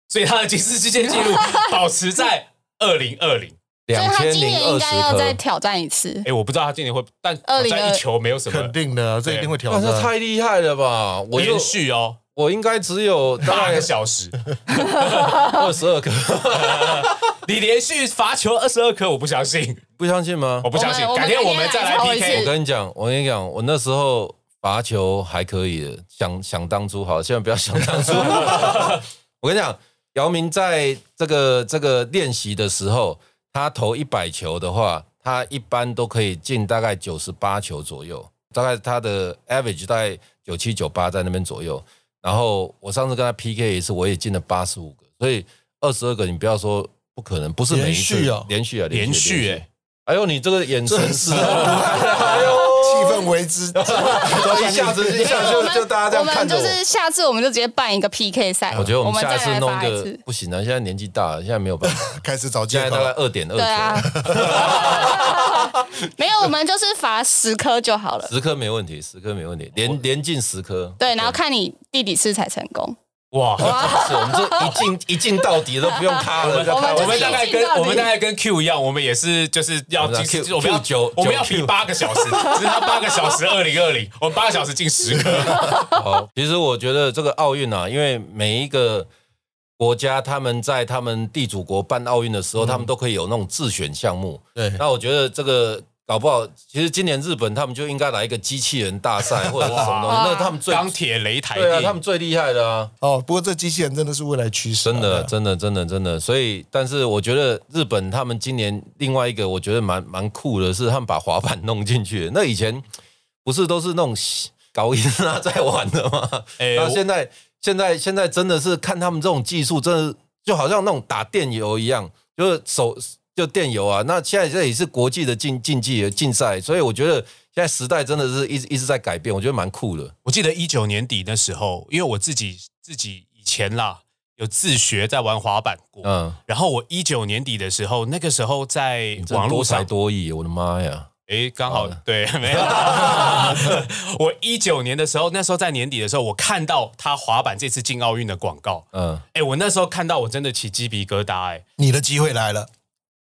S3: 所以他的吉斯世界纪 录保持在二零二零。
S4: 所以
S2: 两
S4: 他
S2: 千
S4: 今
S2: 零
S4: 年应
S2: 二
S4: 该要再
S2: 十颗，
S4: 挑战一次。
S3: 哎，我不知道他今年会，但好
S4: 2020
S3: 像一球没有什么
S5: 肯定的，啊这一定会挑
S2: 哇，这
S5: 战。
S2: 太厉害了吧！我就
S3: 连续哦，
S2: 我应该只有大
S3: 八
S2: 概
S3: 个 小时，
S2: 二十 二颗，
S3: 你连续罚球二十二颗，我不相信，
S2: 不相信吗
S3: 我？不相信
S4: 我。们
S3: 改天
S4: 我
S3: 我
S4: 们
S3: 们再来
S4: 改天来啊抽一
S3: PK
S4: 次
S2: 我。跟你讲，我跟你讲，我那时候罚球还可以的，想想当初好，千万不要想当初。 我跟你讲，姚明在这个这个练习的时候，他投一百球的话，他一般都可以进大概九十八球左右，大概他的 average 大概九七九八在那边左右。然后我上次跟他 PK 一次，我也进了八十五个，所以二十二个你不要说不可能，不是每一次
S5: 连续哦
S2: 连续啊，
S3: 连续哎，
S2: 哎呦，你这个眼神是，啊哎呦，
S5: 气氛为之，
S2: 一下子一下
S4: 我
S2: 就
S4: 们
S2: 就大家这样看着
S4: 我
S2: 我
S4: 们就。是下次我们就直接办一个 PK 赛。
S2: 我觉得我们下一
S4: 再
S2: 次
S4: 来
S2: 弄
S4: 发一
S2: 个
S4: 次。
S2: 不行啊了，现在年纪大了，现在没有办法。
S5: 开始找
S2: 现
S5: 借
S2: 在
S5: 口
S2: 大。 概二点二
S4: 对啊
S2: 球，，
S4: 没有，我们就是罚十颗就好了。
S2: 十颗没问题，十颗没问题，连连进十颗。
S4: 对，然后看你第几次才成功。
S3: 哇！
S2: 是我们这一进一进到底都不用他了，
S4: 我们
S3: 我们
S4: 就是
S3: 大概
S4: 一进
S3: 跟
S4: 到底
S3: 我们大概跟 Q 一样，我们也是就是要
S2: 我们
S3: 进，
S2: Q-
S3: 我们要
S2: Q 九
S3: 我们要
S2: 九 Q
S3: 比八个 小时，只是他八个小时二零二零，我们八个小时进十
S2: 啊
S3: 个，
S2: 好，其实我觉得这个奥运啊，因为每一个国家他们在他们地主国办奥运的
S4: 嗯
S2: 时候，他们都可以有那种自选项目。
S5: 对，
S2: 那我觉得这个搞不好，其实今年日本他们就应该来一个机器人大赛或者是什么东西
S4: 哇，
S2: 那他们最
S3: 钢铁擂台
S2: 对啊，他
S3: 地
S2: 们。最厉害的啊，
S5: 哦，不过这机器人真的是未来趋势啊，
S2: 真
S5: 对
S2: 的，
S5: 啊
S2: 真的，真的，真的。所以，但是我觉得日本他们今年另外一个我觉得蛮蛮酷的是，他们把滑板弄进去。那以前不是都是那种搞音啊在玩的吗？
S3: 哎
S2: 那
S3: 我
S2: 现在现在现在真的是看他们这种技术，真的就好像那种打电游一样，就是手就电游啊。那现在这也是国际的竞竞技竞赛，所以我觉得现在时代真的是一直一直在改变，我觉得蛮酷的。
S3: 我记得一九年底那时候，因为我自己自己以前啦有自学在玩滑板过，
S2: 嗯，
S3: 然后我一九年底的时候，那个时候在
S2: 真
S3: 网络
S2: 多才
S3: 上
S2: 多艺，我的妈呀！
S3: 诶，刚好
S2: 好的
S3: 对， 没有。我一九年的时候，那时候在年底的时候，我看到他滑板这次进奥运的广告。
S2: 嗯，
S3: 诶，哎我那时候看到，我真的起鸡皮疙瘩、诶
S5: 你的机会来了，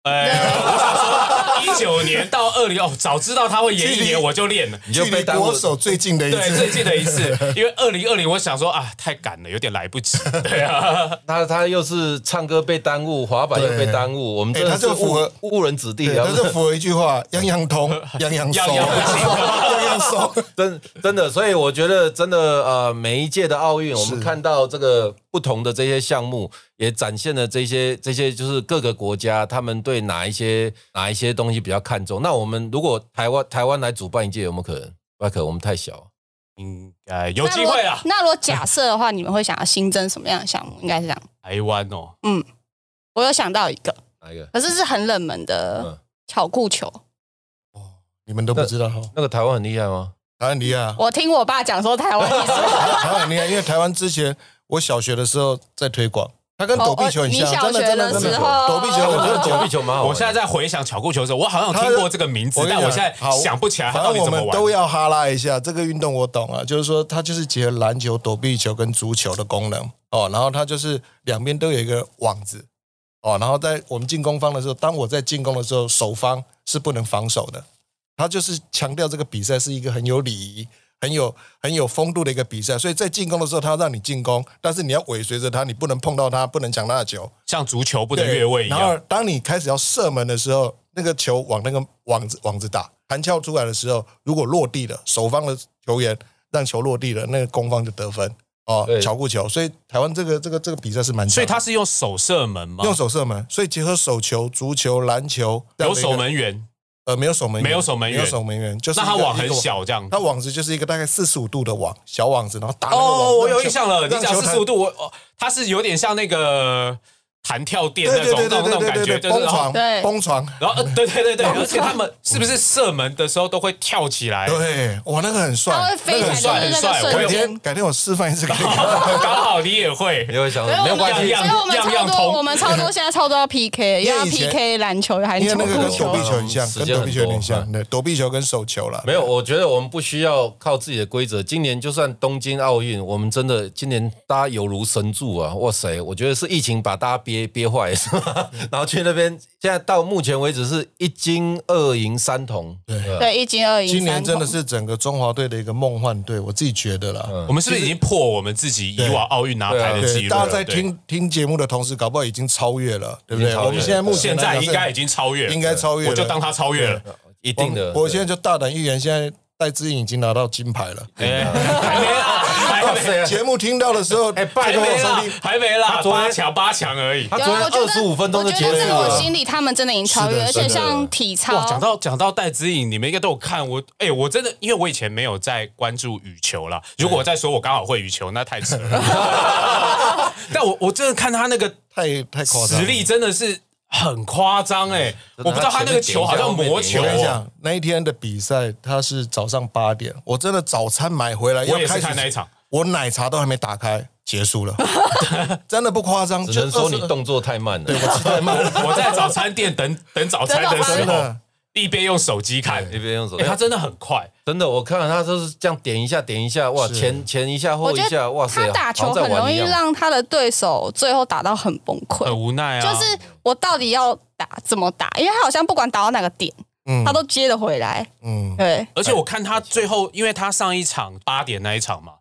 S3: 哎，我想说，一九年到二零哦，早知道他会延一年，我就练了。
S2: 你
S5: 距
S2: 就
S5: 离
S2: 被耽误
S5: 国手最近的一
S3: 对，
S5: 次
S3: 最，近的一次，因为二零二零，我想说啊，太赶了，有点来不及。对啊，
S2: 他他又是唱歌被耽误，滑板又被耽误，我们真的
S5: 哎他
S2: 是
S5: 就符
S2: 误
S5: 合
S2: 误人子弟
S5: 对，
S2: 啊！
S5: 但是符合一句话：样样通，样
S3: 样
S5: 样松，
S3: 样不行
S5: 样样松。
S2: 真真的，所以我觉得真的呃，每一届的奥运，我们
S5: 是
S2: 看到这个不同的这些项目，也展现了这些这些就是各个国家他们对哪一些哪一些东西比较看重。那我们如果台湾台湾来主办一届，有没有可能？不太可能，我们太小。
S3: 应该有机会啊。
S4: 那如果假设的话，你们会想要新增什么样的项目？应该是这样。
S3: 台湾哦，
S4: 我有想到一个，
S2: 哪一个？
S4: 可是是很冷门
S2: 嗯
S4: 的巧固球。
S5: 你们都不知道哦，
S2: 那个台湾很厉害吗？
S5: 台湾厉害啊，
S4: 我听我爸讲说，台湾也是
S5: 台湾很厉害，因为台湾之前我小学的时候在推广，它跟躲避球很像，
S4: 哦哦
S5: 真的真
S4: 你小
S5: 的
S4: 学的
S5: 真
S4: 时
S5: 的，
S4: 候
S5: 躲避球
S2: 我
S5: 哦我
S2: 觉
S5: 觉
S2: 得
S5: 得躲
S2: 躲
S5: 避
S2: 避
S5: 球。
S2: 球蛮好玩的。
S3: 我现在在回想巧固球的时候，我好像有听过这个名字
S5: 我，跟
S3: 但
S5: 你讲
S3: 我现在
S5: 好
S3: 想不起来它
S5: 反
S3: 到底
S5: 正我
S3: 怎么
S5: 们
S3: 玩。
S5: 都要哈拉一下，这个运动我懂啊，就是说它就是结合篮球、躲避球跟足球的功能哦，然后它就是两边都有一个网子哦，然后在我们进攻方的时候，当我在进攻的时候，守方是不能防守的，它就是强调这个比赛是一个很有礼仪、很有很有风度的一个比赛，所以在进攻的时候，它让你进攻，但是你要尾随着它，你不能碰到它，不能抢它的球，
S3: 像足球不能
S5: 对
S3: 越位一
S5: 然后
S3: 样，
S5: 当你开始要射门的时候，那个球往那个网子网子打，弹跳出来的时候，如果落地了，守方的球员让球落地了，那个攻方就得分哦
S2: 对，
S5: 巧固球。所以台湾这个这个这个比赛是蛮强的，
S3: 所以他是用手射门吗？
S5: 用手射门，所以结合手球、足球、篮球，这样
S3: 有
S5: 的一个
S3: 守门员，
S5: 呃没有守门员
S3: 没有守门员
S5: 没有守门员，就是
S3: 那他
S5: 一个
S3: 网
S5: 一
S3: 很
S5: 个
S3: 小这样。
S5: 它网子就是一个大概四十五度的网，小网子，然后打那个网
S3: 哦，我有
S5: 让球
S3: 印象了，你
S5: 让
S3: 讲
S5: 球
S3: 四
S5: 弹
S3: 十五度，我哦，它是有点像那个弹跳垫
S5: 对
S3: 那
S5: 对
S3: 种
S5: 对
S3: 那种那
S5: 对对
S3: 种感
S5: 对
S3: 觉，
S5: 对
S3: 就是
S5: 对，崩
S3: 然后
S5: 床
S4: 对
S5: 崩床，
S3: 然后呃对对对对，而且他们是不是射门的时候都会跳起来？
S5: 对，哇，那个很帅，
S4: 它会飞
S5: 那个很
S4: 起
S5: 帅
S4: 来，就是那
S3: 很帅
S4: 个
S5: 改
S4: 瞬
S5: 天
S4: 间。
S5: 改天我示范一次给你看。
S3: 刚好你也会
S2: 你，会想
S4: 所以
S2: 没有
S4: 我
S2: 关
S4: 们，
S2: 系，
S4: 所以我们
S3: 样样
S4: 超
S3: 通
S4: 多，我们超多，现在超多要 PK，
S5: 因
S4: 又
S5: 为
S4: 要
S5: 以前
S4: PK 篮球、还
S5: 因
S4: 球
S5: 为那个跟
S4: 足
S5: 躲
S4: 球。啊
S5: 避球很像，
S2: 时
S5: 跟
S2: 间
S5: 躲避球有
S2: 很多
S5: 点
S2: 嗯
S5: 像，对，躲避球跟手球啦。
S2: 没有，我觉得我们不需要靠自己的规则。今年就算东京奥运，我们真的今年大家有如神助啊！哇塞，我觉得是疫情把大家憋憋坏，是吧？ 然后去那边，现在到目前为止是一金二银三铜，
S5: 对
S2: 吧
S4: 对，一金二银。
S5: 今年
S4: 三
S5: 真的
S4: 铜
S5: 是整个中华队的一个梦幻队，我自己觉得啦。
S2: 嗯
S3: 我们是不是已经破我们自己以往奥运拿牌的记
S5: 对，
S3: 录了？
S5: 大家在
S3: 对
S5: 听听节目的同时，搞不好已经超越了，对不
S2: 已
S5: 对？
S2: 经超越
S5: 我们现在目前
S3: 现在
S5: 来讲是
S3: 应该已经超越了，
S5: 应该超越了，
S3: 我就当他超越了，
S2: 一定的。
S5: 我我现在就大胆预言，现在戴资颖已经拿到金牌了。
S3: 哎还没啦，还
S2: 哇
S3: 没，
S2: 塞啊，
S5: 节目听到的时候，
S2: 哎拜
S3: 还
S5: 跟
S2: 托
S5: 我
S3: 没
S5: 说
S3: 啦
S5: 你，
S3: 还没啦，
S2: 昨天
S3: 八强八强而已。
S2: 他
S4: 有
S2: 昨天
S4: 啊我觉得
S2: 二十五分钟就
S4: 我
S2: 结
S4: 觉
S2: 束
S4: 得在我
S2: 了。
S4: 心里，他们真的已经超越，而
S5: 是的
S4: 且
S5: 是的
S4: 像体操，
S3: 哇，讲到讲到戴资颖，你们应该都有看我。哎、我真的因为我以前没有在关注羽球啦。如果我再说我刚好会羽球，那太扯了。但我我真的看他那个
S5: 太太夸张了。
S3: 实力真的是很夸张哎，
S2: 真的
S3: 我不知道他那个球好像魔
S2: 有
S3: 球、
S5: 我
S2: 啊
S5: 跟你
S3: 哦。
S5: 讲，那一天的比赛，他是早上八点，我真的早餐买回来，
S3: 我也
S5: 要
S3: 是
S5: 开始
S3: 看那一场，
S5: 我奶茶都还没打开，结束 了，真的不夸张，
S2: 只能说你
S5: 就20
S2: 动作太慢了。
S5: 对，我吃 太慢了，
S3: 我我在早餐店等等早餐的时
S5: 真
S3: 候
S5: 的，。
S3: 一边用手机看，
S2: 一边用手
S3: 哎、他真的很快。
S2: 真的，我看了他就是这样点一下，点一下，哇，
S5: 是
S2: 前前一下，
S4: 我
S2: 后一
S4: 觉
S2: 下，
S4: 得
S2: 哇塞，
S4: 他打球
S2: 好像
S4: 很
S2: 在玩
S4: 容
S2: 一
S4: 易
S2: 样
S4: 让他的对手最后打到很崩溃，
S3: 很无奈啊，
S4: 就是我到底要打怎么打，因为他好像不管打到哪个点，
S5: 嗯
S4: 他都接得回来。
S5: 嗯，
S4: 对，
S3: 而且我看他最后，因为他上一场八点那一场嘛，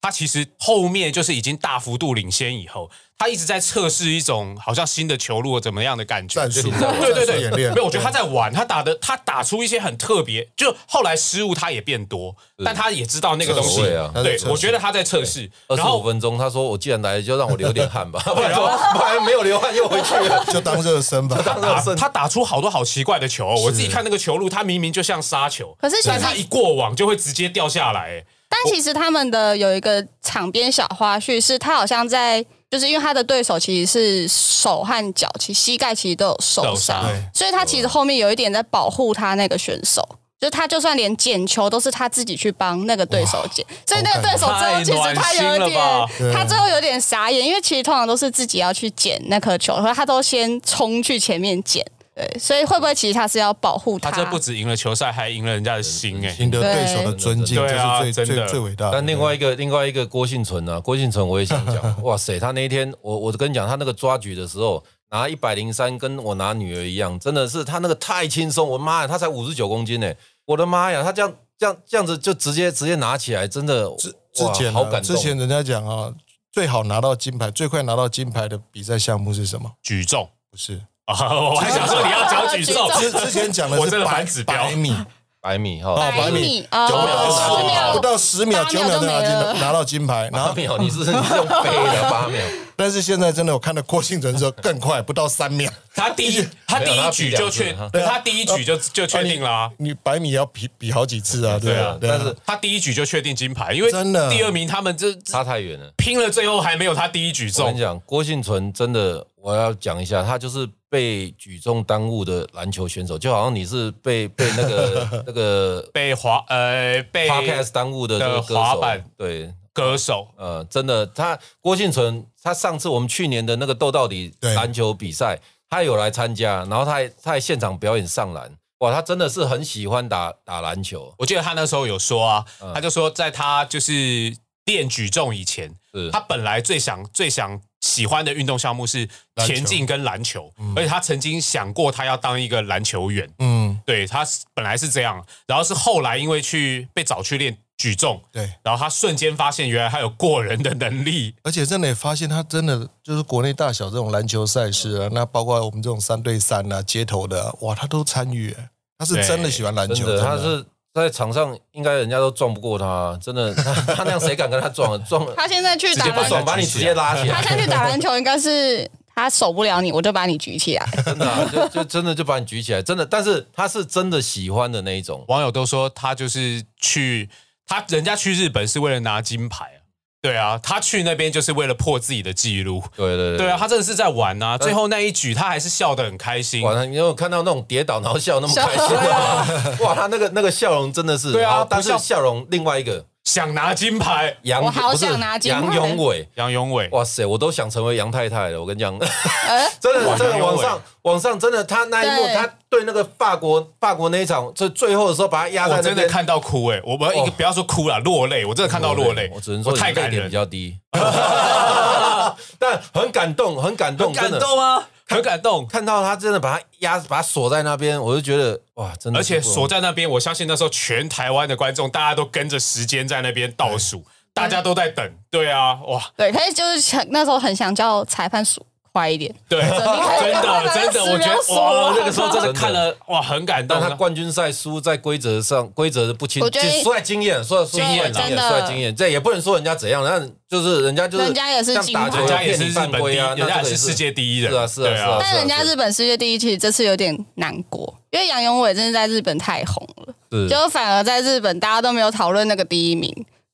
S3: 他其实后面就是已经大幅度领先以后，他一直在测试一种好像新的球路怎么样的感觉。
S5: 战术，
S3: 对对
S5: 战术
S3: 对，
S5: 演练，
S3: 没有，我觉得他在玩，他打的他打出一些很特别，就后来失误他也变多，但他也知道那个东西
S2: 无所谓啊。
S5: 他在
S3: 对
S5: 测，试
S3: 我觉得他在测试，
S2: 二
S3: 然
S2: 十五
S3: 后。
S2: 分钟，他说我既然来了，就让我流点汗 吧，不然说不然没有流汗又回 去了。
S5: 就当热 身吧。
S3: 打
S2: 热身
S3: 他打出好多好奇怪的球哦、我自己看那个球路，他明明就像杀球，
S4: 可是其实
S3: 但他一过网就会直接掉下来、哎
S4: 但其实他们的有一个场边小花絮是，他好像在。就是因为他的对手其实是手和脚，其实膝盖其实都有受
S3: 受
S4: 伤
S3: 伤对，
S4: 所以他其实后面有一点在保护他那个选手，就是他就算连捡球都是他自己去帮那个对手捡，所以那个对手最后其实他有
S3: 太
S4: 一
S3: 暖心了
S4: 点
S3: 吧，
S5: 对
S4: 他最后有点傻眼，因为其实通常都是自己要去捡那颗球，然后他都先冲去前面捡，对，所以会不会其实他是要保护，
S3: 他这不止赢了球赛，还赢了人家的心、哎，
S5: 赢得对手的尊敬，
S3: 对
S5: 这是最
S3: 对啊真
S5: 最
S3: 的
S5: 最伟大的。
S2: 但另外一个另外一个郭幸存啊，郭幸存我也想 讲，哇塞，他那一天我我跟你讲，他那个抓举的时候拿一百零三，跟我拿女儿一样，真的是他那个太轻松，我的妈呀，他才五十九公斤呢、我的妈呀，他这样这样这样子就直接直接拿起来，真的
S5: 之之
S2: 哇
S5: 前啊
S2: 好感动
S5: 之。前人家讲啊，最好拿到金牌、最快拿到金牌的比赛项目是什么？
S3: 举重。
S5: 不是
S3: 哦，我还想说你要讲 举重
S4: 举
S5: 之之前讲的
S3: 我
S5: 是
S3: 真的
S5: 百
S3: 反指标
S5: 百米，
S2: 百米哈，
S5: 哦
S4: 百
S5: 百
S4: 米
S5: 米
S4: 哦
S5: 九
S3: 哦
S5: 秒
S3: 十秒
S5: 不到十秒
S4: 八秒
S5: 九秒
S4: 就
S5: 就拿
S4: 没
S5: 金
S4: 了
S5: 拿到金牌，然
S2: 八哦
S5: 后
S2: 秒，你是你是用飞的八 秒，
S5: 但是现在真的我看到郭庆哲说更快，不到三秒。
S3: 他第一他第一局就确，
S5: 对啊
S3: 他第一局就就确定啦、
S5: 你你百米要比比好几次啊，对啊，对啊
S2: 但是
S3: 他第一局就确定金牌，因为
S5: 真的
S3: 第二名他们这
S2: 差太远了。
S3: 拼了，最后还没有他第一举
S2: 我跟你
S3: 重。
S2: 讲，郭幸存真的，我要讲一下，他就是被举重耽误的篮球选手，就好像你是被被那个那个
S3: 被滑呃被
S2: podcast 耽误的这个歌
S3: 滑
S2: 手
S3: 板，
S2: 对，
S3: 歌手
S2: 呃，真的，他郭幸存，他上次我们去年的那个斗到底
S5: 对
S2: 篮球比赛，他有来参加，然后他还他还现场表演上篮，哇，他真的是很喜欢打打篮球，
S3: 我记得他那时候有说啊，他就说在他就是练举重以前，
S2: 是
S3: 他本来最想最想喜欢的运动项目是
S5: 篮球
S3: 田径跟篮球，而且他曾经想过他要当一个篮球员，
S5: 嗯，
S3: 对他是本来是这样，然后是后来因为去被找去练举重，
S5: 对，
S3: 然后他瞬间发现原来他有过人的能力，
S5: 而且真的也发现他真的就是国内大小这种篮球赛事啊，那包括我们这种三对三啊、街头的啊，哇，他都参与欸，他是真的喜欢篮
S2: 真
S5: 球，
S2: 的，
S5: 真
S2: 他是在场上应该人家都撞不过他，真的，他他那样谁敢跟他撞啊？撞了
S4: 他现在去
S2: 直
S4: 打
S2: 接不
S4: 篮球
S2: 爽，把你直接拉起
S4: 他
S2: 来，
S4: 下去打篮球应该是他守不了你，我就把你举起来。
S2: 真的、啊、就就真的就把你举起来，真的。但是他是真的喜欢的那一种，
S3: 网友都说他就是去他人家去日本是为了拿金牌啊，对啊，他去那边就是为了破自己的记录。
S2: 对对
S3: 对啊，，他真的是在玩啊！最后那一局他还是笑得很开心。
S2: 哇，你有看到那种跌倒然后笑那么开心吗？哇，他那个那个笑容真的是，
S3: 对啊
S2: 然后但
S3: 不
S2: 是
S3: 笑
S2: 笑容另外一个
S3: 想拿金牌，
S2: 杨，
S4: 我好
S2: 不是
S4: 想拿金牌
S2: 杨永伟。
S3: 杨永伟，
S2: 哇塞，我都想成为杨太太了。我跟你讲，
S4: 呃，
S2: 真的，
S3: 哇
S2: 真的
S3: 杨永
S2: 往
S3: 伟
S2: 上往上，真的，他那一幕，
S4: 对
S2: 他对那个法国法国那一场，最最后的时候把他压在
S3: 我
S2: 那边，
S3: 真的看到哭哎、我们一
S2: 哦
S3: 个不要说哭了，落泪，我真的看到落泪，
S2: 我只能说
S3: 太
S2: 你泪
S3: 感
S2: 点
S3: 人
S2: 比，较低， 但很感动，很感动，真的
S3: 啊，很感动。
S2: 看到他真的把他压，把他锁在那边，我就觉得哇，真的
S3: 而
S2: 嗯是不容易，
S3: 且锁在那边，我相信那时候全台湾的观众，大家都跟着时间在那边倒数，大家都在等。对啊，哇，
S4: 对，可是就是想那时候很想叫裁判数快一点，
S3: 对，真的真的，我觉得哇，那个时候真的
S2: 真的
S3: 看了哇，很感动啊
S2: 但。他冠军赛输在规则上，规则不清，
S4: 我觉得
S2: 就输在经验，说
S4: 经验啦
S2: 经
S4: 真
S2: 验，
S4: 的
S2: 输在经验，这也不能说人家怎样，但就是人家就是
S4: 人家也是
S2: 像
S4: 进步
S2: 打球
S3: 人家也
S2: 骗
S3: 是
S2: 你
S3: 日
S2: 犯
S3: 本第
S2: 规
S3: 一，
S2: 啊，
S3: 人
S2: 那
S3: 家
S2: 这
S3: 也
S2: 个
S3: 是世界第一人，
S2: 是啊是啊
S3: 对
S2: 是啊
S4: 但人家日本世界第一，其实这次有点难过，因为杨永伟真的在日本太红了，
S2: 是
S4: 就反而在日本大家都没有讨论那个第一名，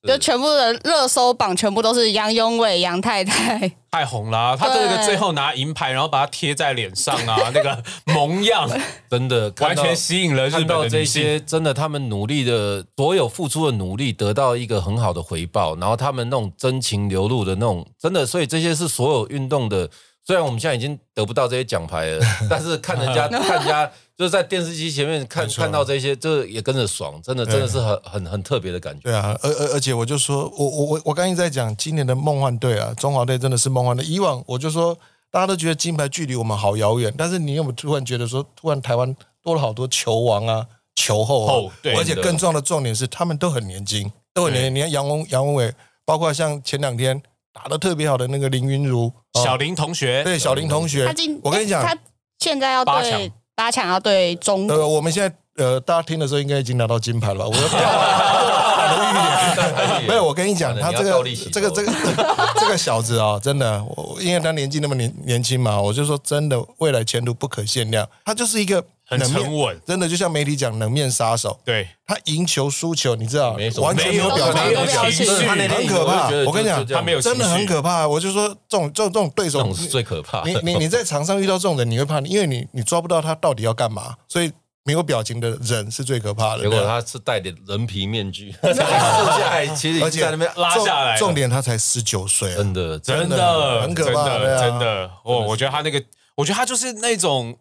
S2: 是
S4: 就全部的热搜榜全部都是杨永伟、杨太太，
S3: 太红了啊。他这个
S4: 对
S3: 最后拿银牌，然后把它贴在脸上啊，那个萌样，
S2: 真的 看
S3: 完
S2: 到
S3: 全吸引了日
S2: 看
S3: 本
S2: 到
S3: 的
S2: 这
S3: 女性。
S2: 些真的，他们努力的所有付出的努力，得到一个很好的回报，然后他们那种真情流露的那种，真的，所以这些是所有运动的。虽然我们现在已经得不到这些奖牌了，但是看人 家看人家就是在电视机前面看
S5: 没错
S2: 看到这些，这也跟着爽，真的真的是很很很特别的感觉。
S5: 对啊，而而而且我就说，我我我我刚才一直在讲今年的梦幻队啊，中华队真的是梦幻队。以往我就说，大家都觉得金牌距离我们好遥远，但是你有没有突然觉得说，突然台湾多了好多球王啊、球后啊？
S3: 后对
S5: 而且更重要的重点是，他们都很年轻，都很年轻。你看杨文杨文伟，包括像前两天打得特别好的那个林云如，哦
S3: 小林同学，
S5: 对小林同学
S4: 他进，，
S5: 我跟你讲，
S4: 他现在要
S3: 八强
S4: 对八强要对中国，
S5: 呃，我们现在呃，大家听的时候应该已经拿到金牌了吧？我要打得一点没有，我跟你讲，
S2: 你
S5: 他
S2: 要
S5: 这
S2: 倒
S5: 个
S2: 立洗
S5: 这个
S2: 头
S5: 这个 这个小子啊、真的，我因为他年纪那么年年轻嘛，我就说真的，未来前途不可限量。他就是一个
S3: 很
S5: 冷面
S3: 沉稳
S5: 真的就像媒体讲冷面杀手，
S3: 对，
S5: 他赢球输球，你知道
S2: 没什，么
S5: 完全没有
S4: 没有
S5: 表
S4: 没
S5: 情
S4: 有
S2: 真
S4: 表情
S5: 包
S2: 的他那天
S5: 很可
S2: 就
S5: 怕
S2: 觉得
S5: 我跟你讲
S2: 就就这样
S3: 他没有
S5: 真的很
S3: 情绪
S5: 可怕。我就说这种这种这种对手
S2: 那种是最可怕
S5: 你
S2: 的。
S5: 你你在场上遇到这种人，你会怕，因为你你抓不到他到底要干嘛，所以没有表情的人是最可怕 的。
S2: 结果
S5: 对啊
S2: 他是戴的人皮面 具， 他才坐下来，其实已
S5: 而
S2: 经
S5: 且
S2: 在那边
S3: 拉下来了
S5: 重重点他才十九岁啊，
S2: 真的真的
S3: 真
S5: 真的
S3: 的
S5: 很可怕
S3: 真
S5: 对
S3: 的
S5: 啊
S3: 真的，哦，我觉得他那个，我觉得他就是那种，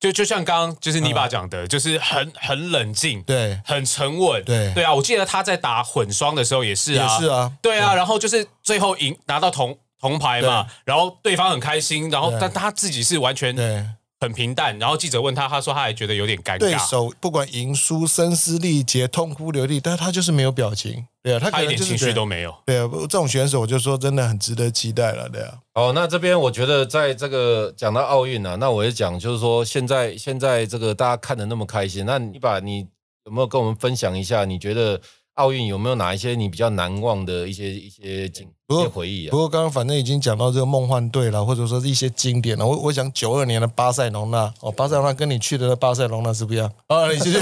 S3: 就就像刚刚就是你爸讲的，就是很很冷静，，
S5: 嗯对，
S3: 很沉稳，
S5: 对
S3: 对啊，我记得他在打混双的时候也是
S5: 也
S3: 啊，
S5: 是啊，
S3: 对啊，然后就是最后赢拿到铜铜牌嘛，然后对方很开心，然后
S5: 对
S3: 但他自己是完全
S5: 对，
S3: 很平淡，然后记者问他，他说他还觉得有点尴
S5: 对
S3: 尬，
S5: 手不管赢输，声嘶力竭，痛哭流涕，但他就是没有表情，对啊，他
S3: 他
S5: 可
S3: 一
S5: 能
S3: 点
S5: 就是
S3: 情绪都没有。
S5: 对啊，这种选手我就说真的很值得期待了，对啊，
S2: 哦，那这边我觉得在这个讲到奥运啊，那我也讲就是说，现在现在这个大家看的那么开心，那你把你有没有跟我们分享一下？你觉得奥运有没有哪一些你比较难忘的一些一些景一
S5: 过
S2: 些回忆
S5: 不
S2: 啊？
S5: 过刚刚反正已经讲到这个梦幻队了，或者说是一些经典了。我我想九二年的巴塞隆纳，哦，巴塞隆纳跟你去的那巴塞隆纳是不一样。哦，你去去。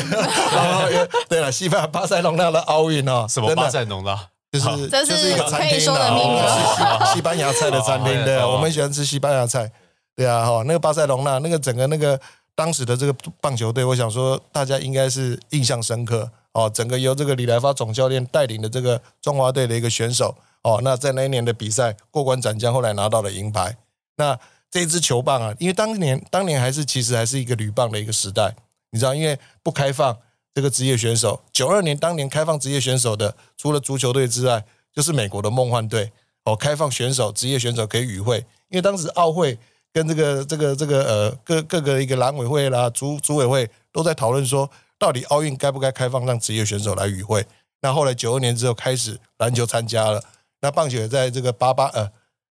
S5: 哦对了，西班牙巴塞隆纳的奥运哦，
S3: 什么
S5: 真的
S3: 巴塞隆纳？
S5: 就是
S4: 这是
S5: 就是一个餐
S4: 可以
S5: 厅
S4: 说的
S5: 啦
S4: 秘密
S5: 哦是西西班牙菜的餐厅，对啊，
S2: 哦
S5: 我们喜欢吃西班牙菜，对啊，哈，那个巴塞隆纳那个整个那个当时的这个棒球队，我想说大家应该是印象深刻哦，整个由这个李来发总教练带领的这个中华队的一个选手哦，那在那一年的比赛过关斩将，后来拿到了银牌。那这支球棒啊，因为当年当年还是其实还是一个铝棒的一个时代，你知道，因为不开放这个职业选手，九二年当年开放职业选手的，除了足球队之外，就是美国的梦幻队哦，开放选手职业选手可以与会，因为当时奥会跟这个这个这个呃各各个一个篮委会啦、组组委会都在讨论说，到底奥运该不该开放让职业选手来与会。那后来九二年之后开始篮球参加了，那棒球也在这个八八呃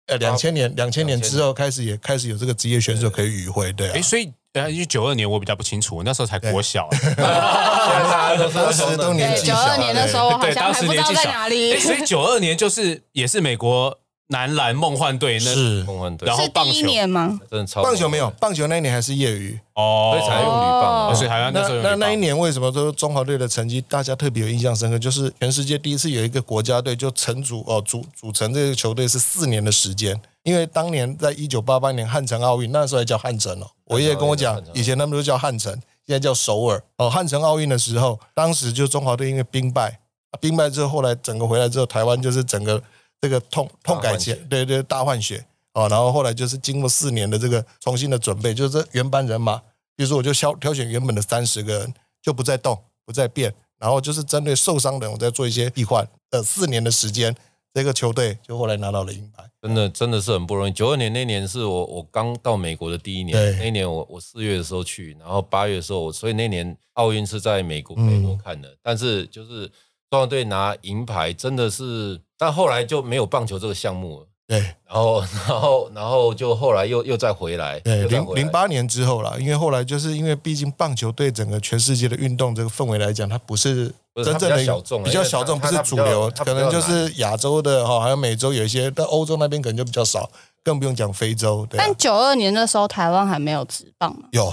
S5: 呃两千年两千年之后开始也开始有这个职业选手可以与会，对啊
S3: 哎，，所以呃，因为九二年我比较不清楚，我那时候才国小。啊
S2: 现在大家都
S5: 当
S2: 是
S5: 时都年
S4: 对，
S5: 纪
S4: 九
S5: 小啊，
S4: 二年的
S5: 对
S4: 时候我好
S3: 对，
S4: 像
S3: 当
S4: 还
S3: 时
S4: 不知
S3: 年
S4: 道
S3: 纪
S4: 在
S3: 小
S4: 哪里
S3: 诶，所以九二年就是也是美国男篮梦幻队那
S5: 是
S2: 梦幻队
S3: 然，后
S4: 是第一年吗？
S2: 真的超
S5: 棒球没有，棒球那一年还是业余。
S3: 哦
S2: 所以才用女棒
S4: 哦
S2: 啊。
S3: 所以台湾那
S5: 那
S3: 时候有
S5: 那
S3: 女
S5: 那一
S3: 棒
S5: 年为什么说中华队的成绩大家特别有印象深刻？就是全世界第一次有一个国家队就成组哦组组成这个球队是四年的时间，因为当年在一九八八年汉城奥运那时候还叫汉城哦，我爷爷跟我讲
S2: 汉城，
S5: 以前他们都叫汉城，现在叫首尔哦。汉城奥运的时候，当时就中华队因为兵败，啊兵败之后后来整个回来之后，台湾就是整个这个痛痛改前
S2: 大换血
S5: 对对大换血哦，然后后来就是经过四年的这个重新的准备，就是原班人马。比如说我就挑挑选原本的三十个人，就不再动，不再变，然后就是针对受伤的人，我再做一些替换。呃，四年的时间，这个球队就后来拿到了银牌。
S2: 真的真的是很不容易。九二年那年是我我刚到美国的第一年
S5: 对，
S2: 那一年我我四月的时候去，然后八月的时候我，所以那年奥运是在美国
S5: 嗯
S2: 美国看的，但是就是中国队拿银牌真的是，但后来就没有棒球这个项目了。
S5: 对
S2: 然后， 然后，然后就后来又又再回来，
S5: 对，
S2: 又再
S5: 零
S2: 回来
S5: 零八年之后啦，因为后来就是因为毕竟棒球对整个全世界的运动这个氛围来讲，它不是
S2: 不是
S5: 真正
S2: 它
S5: 的
S2: 比较小众
S5: 比较
S2: 因为它
S5: 小众，不
S2: 它
S5: 是
S2: 它比
S5: 主
S2: 较
S5: 流，
S2: 它比
S5: 可
S2: 较
S5: 能就是亚洲的哈，还有美洲有一些，但欧洲那边可能就比较少，更不用讲非洲。对啊、
S4: 但九二年那时候台湾还没有职棒嘛，
S5: 有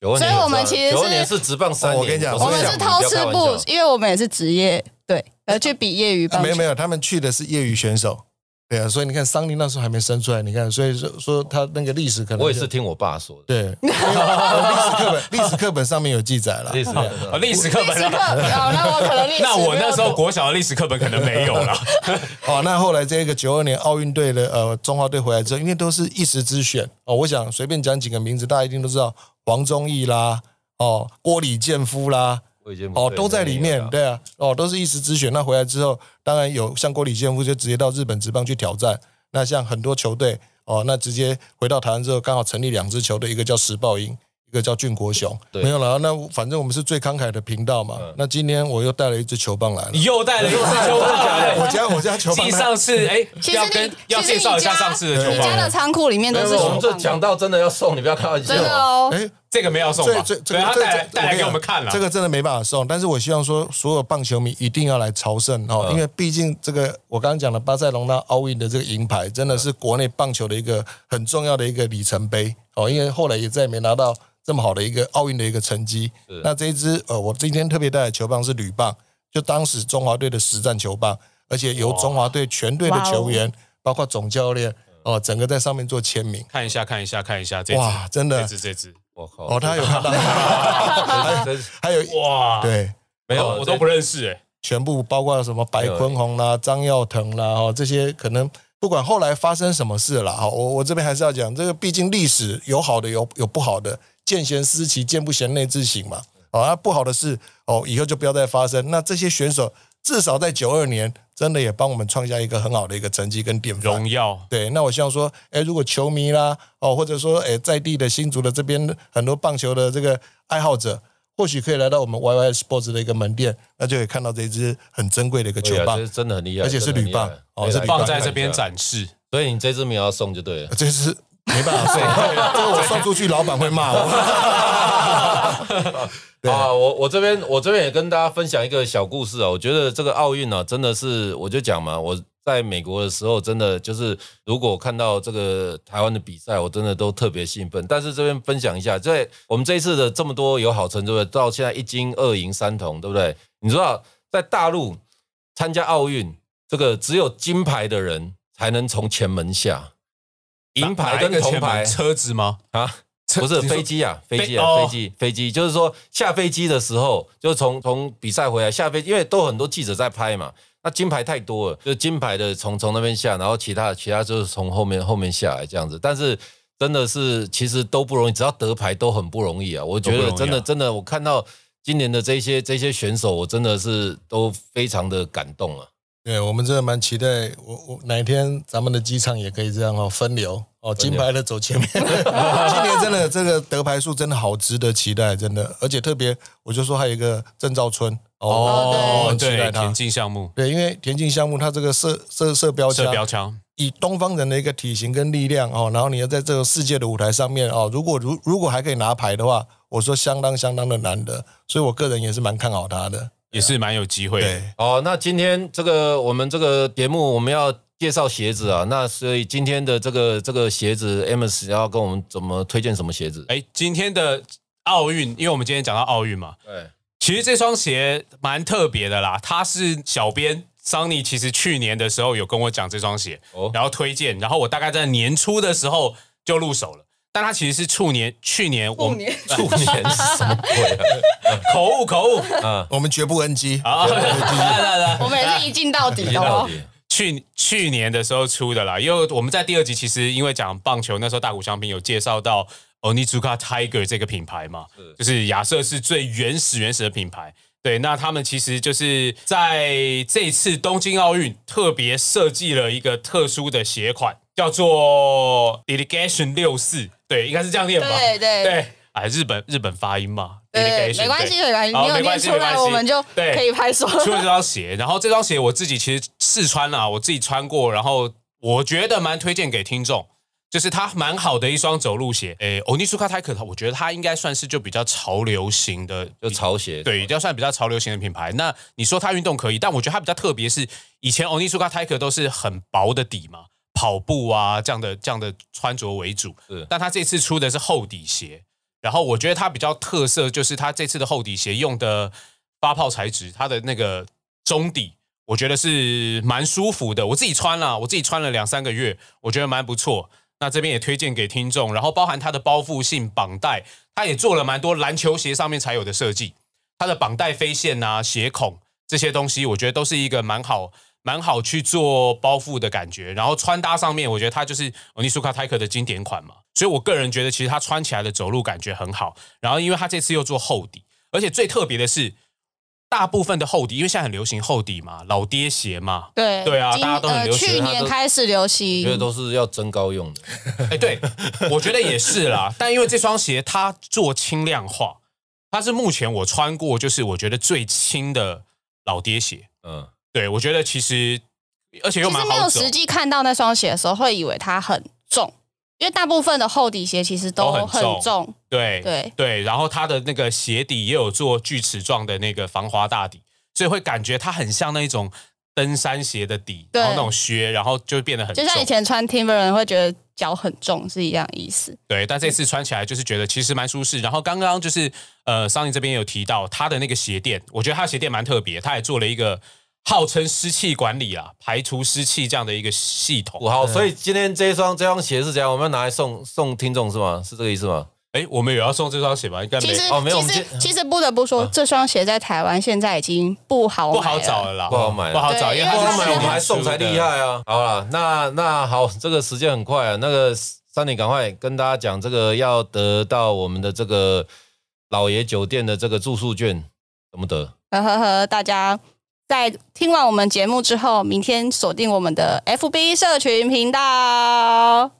S2: 九二年
S4: 所以我们
S2: 有
S4: 其实
S2: 九二
S4: 是
S2: 年是直棒三
S5: 哦
S2: 年，
S5: 我跟你讲
S4: 我
S5: 所以
S4: 们是
S5: 你
S4: 偷吃
S2: 不要开玩
S4: 部
S2: 笑，
S4: 因为我们也是职业队，呃，去比业余
S5: 啊
S4: 棒
S5: 没有
S4: 球
S5: 没。有，他们去的是业余选手，对啊，所以你看桑尼那时候还没生出来，你看，所以说说他那个历史可能就
S2: 我也是听我爸说的，
S5: 对， 因为历史课本历史课本上面有记载了，
S2: 类似这样
S3: 啊历史课
S4: 历
S3: 本
S4: 史课
S3: 啊，
S4: 哦，那我可能历史
S3: 那我那时候
S4: 没有
S3: 国小的历史课本可能没有 了。
S5: 哦，那后来这个九二年奥运队的呃中华队回来之后，因为都是一时之选哦，我想随便讲几个名字，大家一定都知道王宗义啦，哦郭李健夫啦，
S2: 我已经
S5: 哦都在里面，对啊，哦都是一时之选。那回来之后，当然有像郭李健夫就直接到日本职棒去挑战，那像很多球队哦，那直接回到台湾之后，刚好成立两支球队，一个叫时报鹰。一个叫俊国雄，
S2: 对
S5: 没有了。那反正我们是最慷慨的频道嘛。那今天我又带了一支球棒来了，
S3: 你又带了一支球
S5: 我
S3: 棒，
S5: 家我家球棒
S3: 继
S5: 它
S3: 上次哎，
S4: 其实
S3: 要
S4: 你
S3: 跟要
S4: 其实
S3: 介
S4: 你
S3: 绍一下
S4: 家
S3: 上次的球
S4: 你家
S3: 棒，
S4: 的仓库里面都
S2: 没有
S4: 是
S2: 没有我们
S4: 球
S2: 这
S4: 棒
S2: 讲到真的要送，你不要开玩笑，
S4: 真的哦。
S5: 哎，
S3: 这个没有送吧
S5: 这？这这
S3: 对，啊他
S5: 个这
S3: 带来
S5: 这
S3: 带来
S5: 跟你
S3: 给我们看了。
S5: 这个真的没办法送。但是我希望说，所有棒球迷一定要来朝圣哦，
S2: 嗯
S5: 因为毕竟这个我刚刚讲的巴塞隆纳奥运的这个银牌，真的是国内棒球的一个很重要的一个里程碑哦，因为后来也再也没拿到这么好的一个奥运的一个成绩
S2: 是。
S5: 那这一支呃，我今天特别带的球棒是铝棒，就当时中华队的实战球棒，而且由中华队全队的
S3: 哦
S5: 球员，包括总教练哦，整个在上面做签名。
S3: 看一下，看一下，看一下，这支
S5: 哇，真
S3: 这
S5: 的
S3: 支这支，
S2: 我靠，
S5: 哦，他 有看到，
S2: 真 是
S5: 还有
S3: 哇，
S5: 对。
S3: 没有，
S2: 哦
S3: 我都不认识哎。
S5: 全部包括什么白坤宏啦、张耀腾啦，哦，这些可能不管后来发生什么事啦，哈，我我这边还是要讲，这个毕竟历史有好的有有不好的，见贤思齐，见不贤内自省嘛。哦，那不好的事哦，以后就不要再发生。那这些选手至少在九二年，真的也帮我们创下一个很好的一个成绩跟典范
S3: 荣。耀，
S5: 对，那我希望说，哎，如果球迷啦，哦，或者说，哎，在地的新竹的这边很多棒球的这个爱好者，或许可以来到我们 YY Sports 的一个门店，那就可以看到这一支很珍贵的一个球
S2: 对啊
S5: 棒
S2: 这。真的很厉害，
S5: 而且是
S2: 真的很
S5: 铝棒
S2: 厉害
S5: 哦是铝棒
S3: 放在这边，展示。
S2: 所以你这支没有要送就对了。
S5: 这是没办法送，这个我送出去，老板会骂 我。 对
S2: 啊，我我这边我这边也跟大家分享一个小故事啊、我觉得这个奥运呢、真的是我就讲嘛，我在美国的时候，真的就是如果看到这个台湾的比赛，我真的都特别兴奋。但是这边分享一下，在我们这一次的这么多有好成就的，到现在一金二银三铜，对不对？你知道在大陆参加奥运，这个只有金牌的人才能从前门下，银牌
S3: 哪一
S2: 跟
S3: 个
S2: 铜
S3: 前
S2: 牌
S3: 门车子吗？
S2: 啊，
S3: 车
S2: 不是
S3: 你说
S2: 飞机啊，飞机
S3: 哦
S2: 啊，飞机，飞机，就是说下飞机的时候，就是从从比赛回来下飞机，因为都很多记者在拍嘛。那金牌太多了，就是金牌的从从那边下，然后其他的其他就是从后面后面下来这样子。但是真的是其实都不容易，只要得牌都很不容易啊。我觉
S3: 都不
S2: 得
S3: 容易啊
S2: 真的真的，我看到今年的这些这些选手，我真的是都非常的感动啊。
S5: 对我们真的蛮期待，我我哪一天咱们的机场也可以这样哦，分流哦，
S2: 分
S5: 金
S2: 流
S5: 牌的走前面。 今年真的这个得牌数真的好值得期待，真的，而且特别我就说还有一个郑兆春
S4: 哦对
S5: 我很期
S3: 对，
S5: 待
S3: 田
S5: 他。
S3: 径项目
S5: 对，因为田径项目它这个射射射标
S3: 射
S5: 枪，
S3: 标枪，
S5: 以东方人的一个体型跟力量哦，然后你要在这个世界的舞台上面哦，如果如如果还可以拿牌的话，我说相当相当的难得，所以我个人也是蛮看好他的。
S3: 也是蛮有机会的。
S5: 对，
S2: 哦，那今天这个我们这个节目，我们要介绍鞋子啊，那所以今天的这个这个鞋子，Amos 要跟我们怎么推荐什么鞋子？
S3: 哎，今天的奥运，因为我们今天讲到奥运嘛，
S2: 对，
S3: 其实这双鞋蛮特别的啦，它是小编 Sunny 其实去年的时候有跟我讲这双鞋，
S2: 哦
S3: 然后推荐，然后我大概在年初的时候就入手了。但它其实是去年，去年我们
S4: 年
S2: 兔年是什么鬼 啊？
S3: 口误口 误
S5: 我们绝不 NG。
S3: 啊！ 来来来，
S4: 我们也是一镜到底
S2: 一
S4: 的
S2: 镜
S4: 哦
S2: 到。底
S3: 去去年的时候出的啦，因为我们在第二集其实因为讲棒球，那时候大谷翔平有介绍到 Onizuka Tiger 这个品牌嘛，就是亚瑟是最原始原始的品牌。对，那他们其实就是在这一次东京奥运特别设计了一个特殊的鞋款，叫做 Delegation 六四，对，应该是这样念吧？
S4: 对对
S3: 对，哎，日本日本发音嘛
S4: 对，
S3: ，Delegation，
S4: 没关系，
S3: 对
S4: 没关
S3: 好
S4: 系，你有
S3: 没
S4: 念
S3: 关系
S4: 出
S3: 没关
S4: 来，
S3: 系
S4: 我们就
S3: 对
S4: 可以拍手。
S3: 出了这双鞋，然后这双鞋我自己其实试穿了、啊我自己穿过，然后我觉得蛮推荐给听众，就是它蛮好的一双走路鞋。诶，欧尼苏卡泰克，我觉得它应该算是就比较潮流型的，
S2: 就潮鞋，
S3: 对，比较算比较潮流型的品牌。那你说它运动可以，但我觉得它比较特别是，以前欧尼苏卡泰克都是很薄的底嘛，跑步啊这样的这样的穿着为主
S2: 是，
S3: 但它这次出的是厚底鞋，然后我觉得它比较特色就是它这次的厚底鞋用的发泡材质，它的那个中底。我觉得是蛮舒服的，我自己穿了，我自己穿了两三个月，我觉得蛮不错。那这边也推荐给听众，然后包含它的包覆性、绑带，它也做了蛮多篮球鞋上面才有的设计，它的绑带飞线啊、鞋孔这些东西，我觉得都是一个蛮好、蛮好去做包覆的感觉。然后穿搭上面，我觉得它就是欧尼苏卡泰克的经典款嘛，所以我个人觉得其实它穿起来的走路感觉很好。然后因为它这次又做厚底，而且最特别的是，大部分的厚底，因为现在很流行厚底嘛，老爹鞋嘛，
S4: 对
S3: 对啊
S4: 今
S3: 大家都很
S4: 呃
S3: 流行
S4: 去
S2: 它
S4: 年
S2: 都
S4: 开始流
S2: 我觉得
S4: 行，
S2: 都是要增高用的。
S3: 哎，对，我觉得也是啦。但因为这双鞋它做轻量化，它是目前我穿过就是我觉得最轻的老爹鞋。
S2: 嗯，
S3: 对我觉得其实而且又
S4: 其
S3: 蛮
S4: 实没
S3: 好
S4: 有
S3: 走
S4: 实，际看到那双鞋的时候，会以为它很重，因为大部分的厚底鞋其实都
S3: 都很
S4: 很
S3: 重
S4: 重。
S3: 对
S4: 对
S3: 对。然后它的那个鞋底也有做锯齿状的那个防滑大底，所以会感觉它很像那一种登山鞋的底，
S4: 对
S3: 然后那种靴，然后就变得很
S4: 就
S3: 重。
S4: 像以前穿 Timberland 会觉得脚很重是一样意思。
S3: 对，但这次穿起来就是觉得其实蛮舒适。然后刚刚就是呃，桑尼这边有提到他的那个鞋垫，我觉得他的鞋垫蛮特别，他也做了一个号称湿气管理啊，排除湿气这样的一个系统。嗯
S2: 好，所以今天这一双这双鞋是怎样？我们要拿来送送听众是吗？是这个意思吗？
S3: 哎，我们有要送这双鞋吗？应该没
S4: 其实、
S2: 哦没有我
S4: 其
S2: 们
S4: 实
S2: 今
S4: 其实不得不说，这双鞋在台湾现在已经不好
S3: 啊不
S4: 买
S3: 好
S4: 了
S3: 找了啦，
S2: 不好买了
S3: 不好找，
S4: 对
S3: 因为
S4: 因为
S3: 它是
S4: 它是
S2: 买
S4: 那
S2: 我
S4: 个
S2: 们还送才厉。害啊！好了，那那好，这个时间很快啊。那个三你赶快跟大家讲，这个要得到我们的这个老爷酒店的这个住宿券怎么得？
S4: 呵呵呵，大家在听完我们节目之后，明天锁定我们的 FB 社群频道。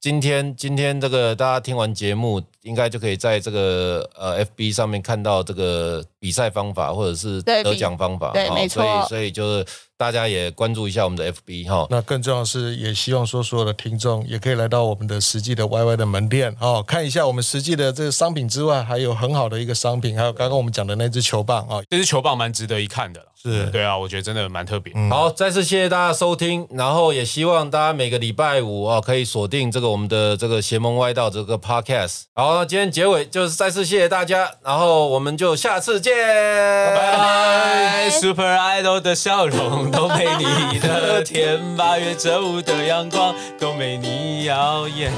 S2: 今天今天这个大家听完节目，应该就可以在这个呃 FB 上面看到这个比赛方法或者是
S4: 对比
S2: 得奖方法，
S4: 对
S2: 哦
S4: 没错
S2: 所以所以就是大家也关注一下我们的 FB 哈、
S5: 那更重要的是，也希望说所有的听众也可以来到我们的实际的 YY 的门店哦，看一下我们实际的这个商品之外，还有很好的一个商品，还有刚刚我们讲的那支球棒啊、哦，
S3: 这支球棒蛮值得一看的了，
S5: 是
S3: 对啊，我觉得真的蛮特别。
S2: 好，再次谢谢大家收听，然后也希望大家每个礼拜五哦可以锁定这个我们的这个邪门歪道这个 podcast。好，那今天结尾就是再次谢谢大家，然后我们就下次见，
S3: 拜
S4: 哎
S2: 拜
S3: 拜，Super 哎 Idol 的笑容都被你的甜，八月正午的阳光都没你耀眼。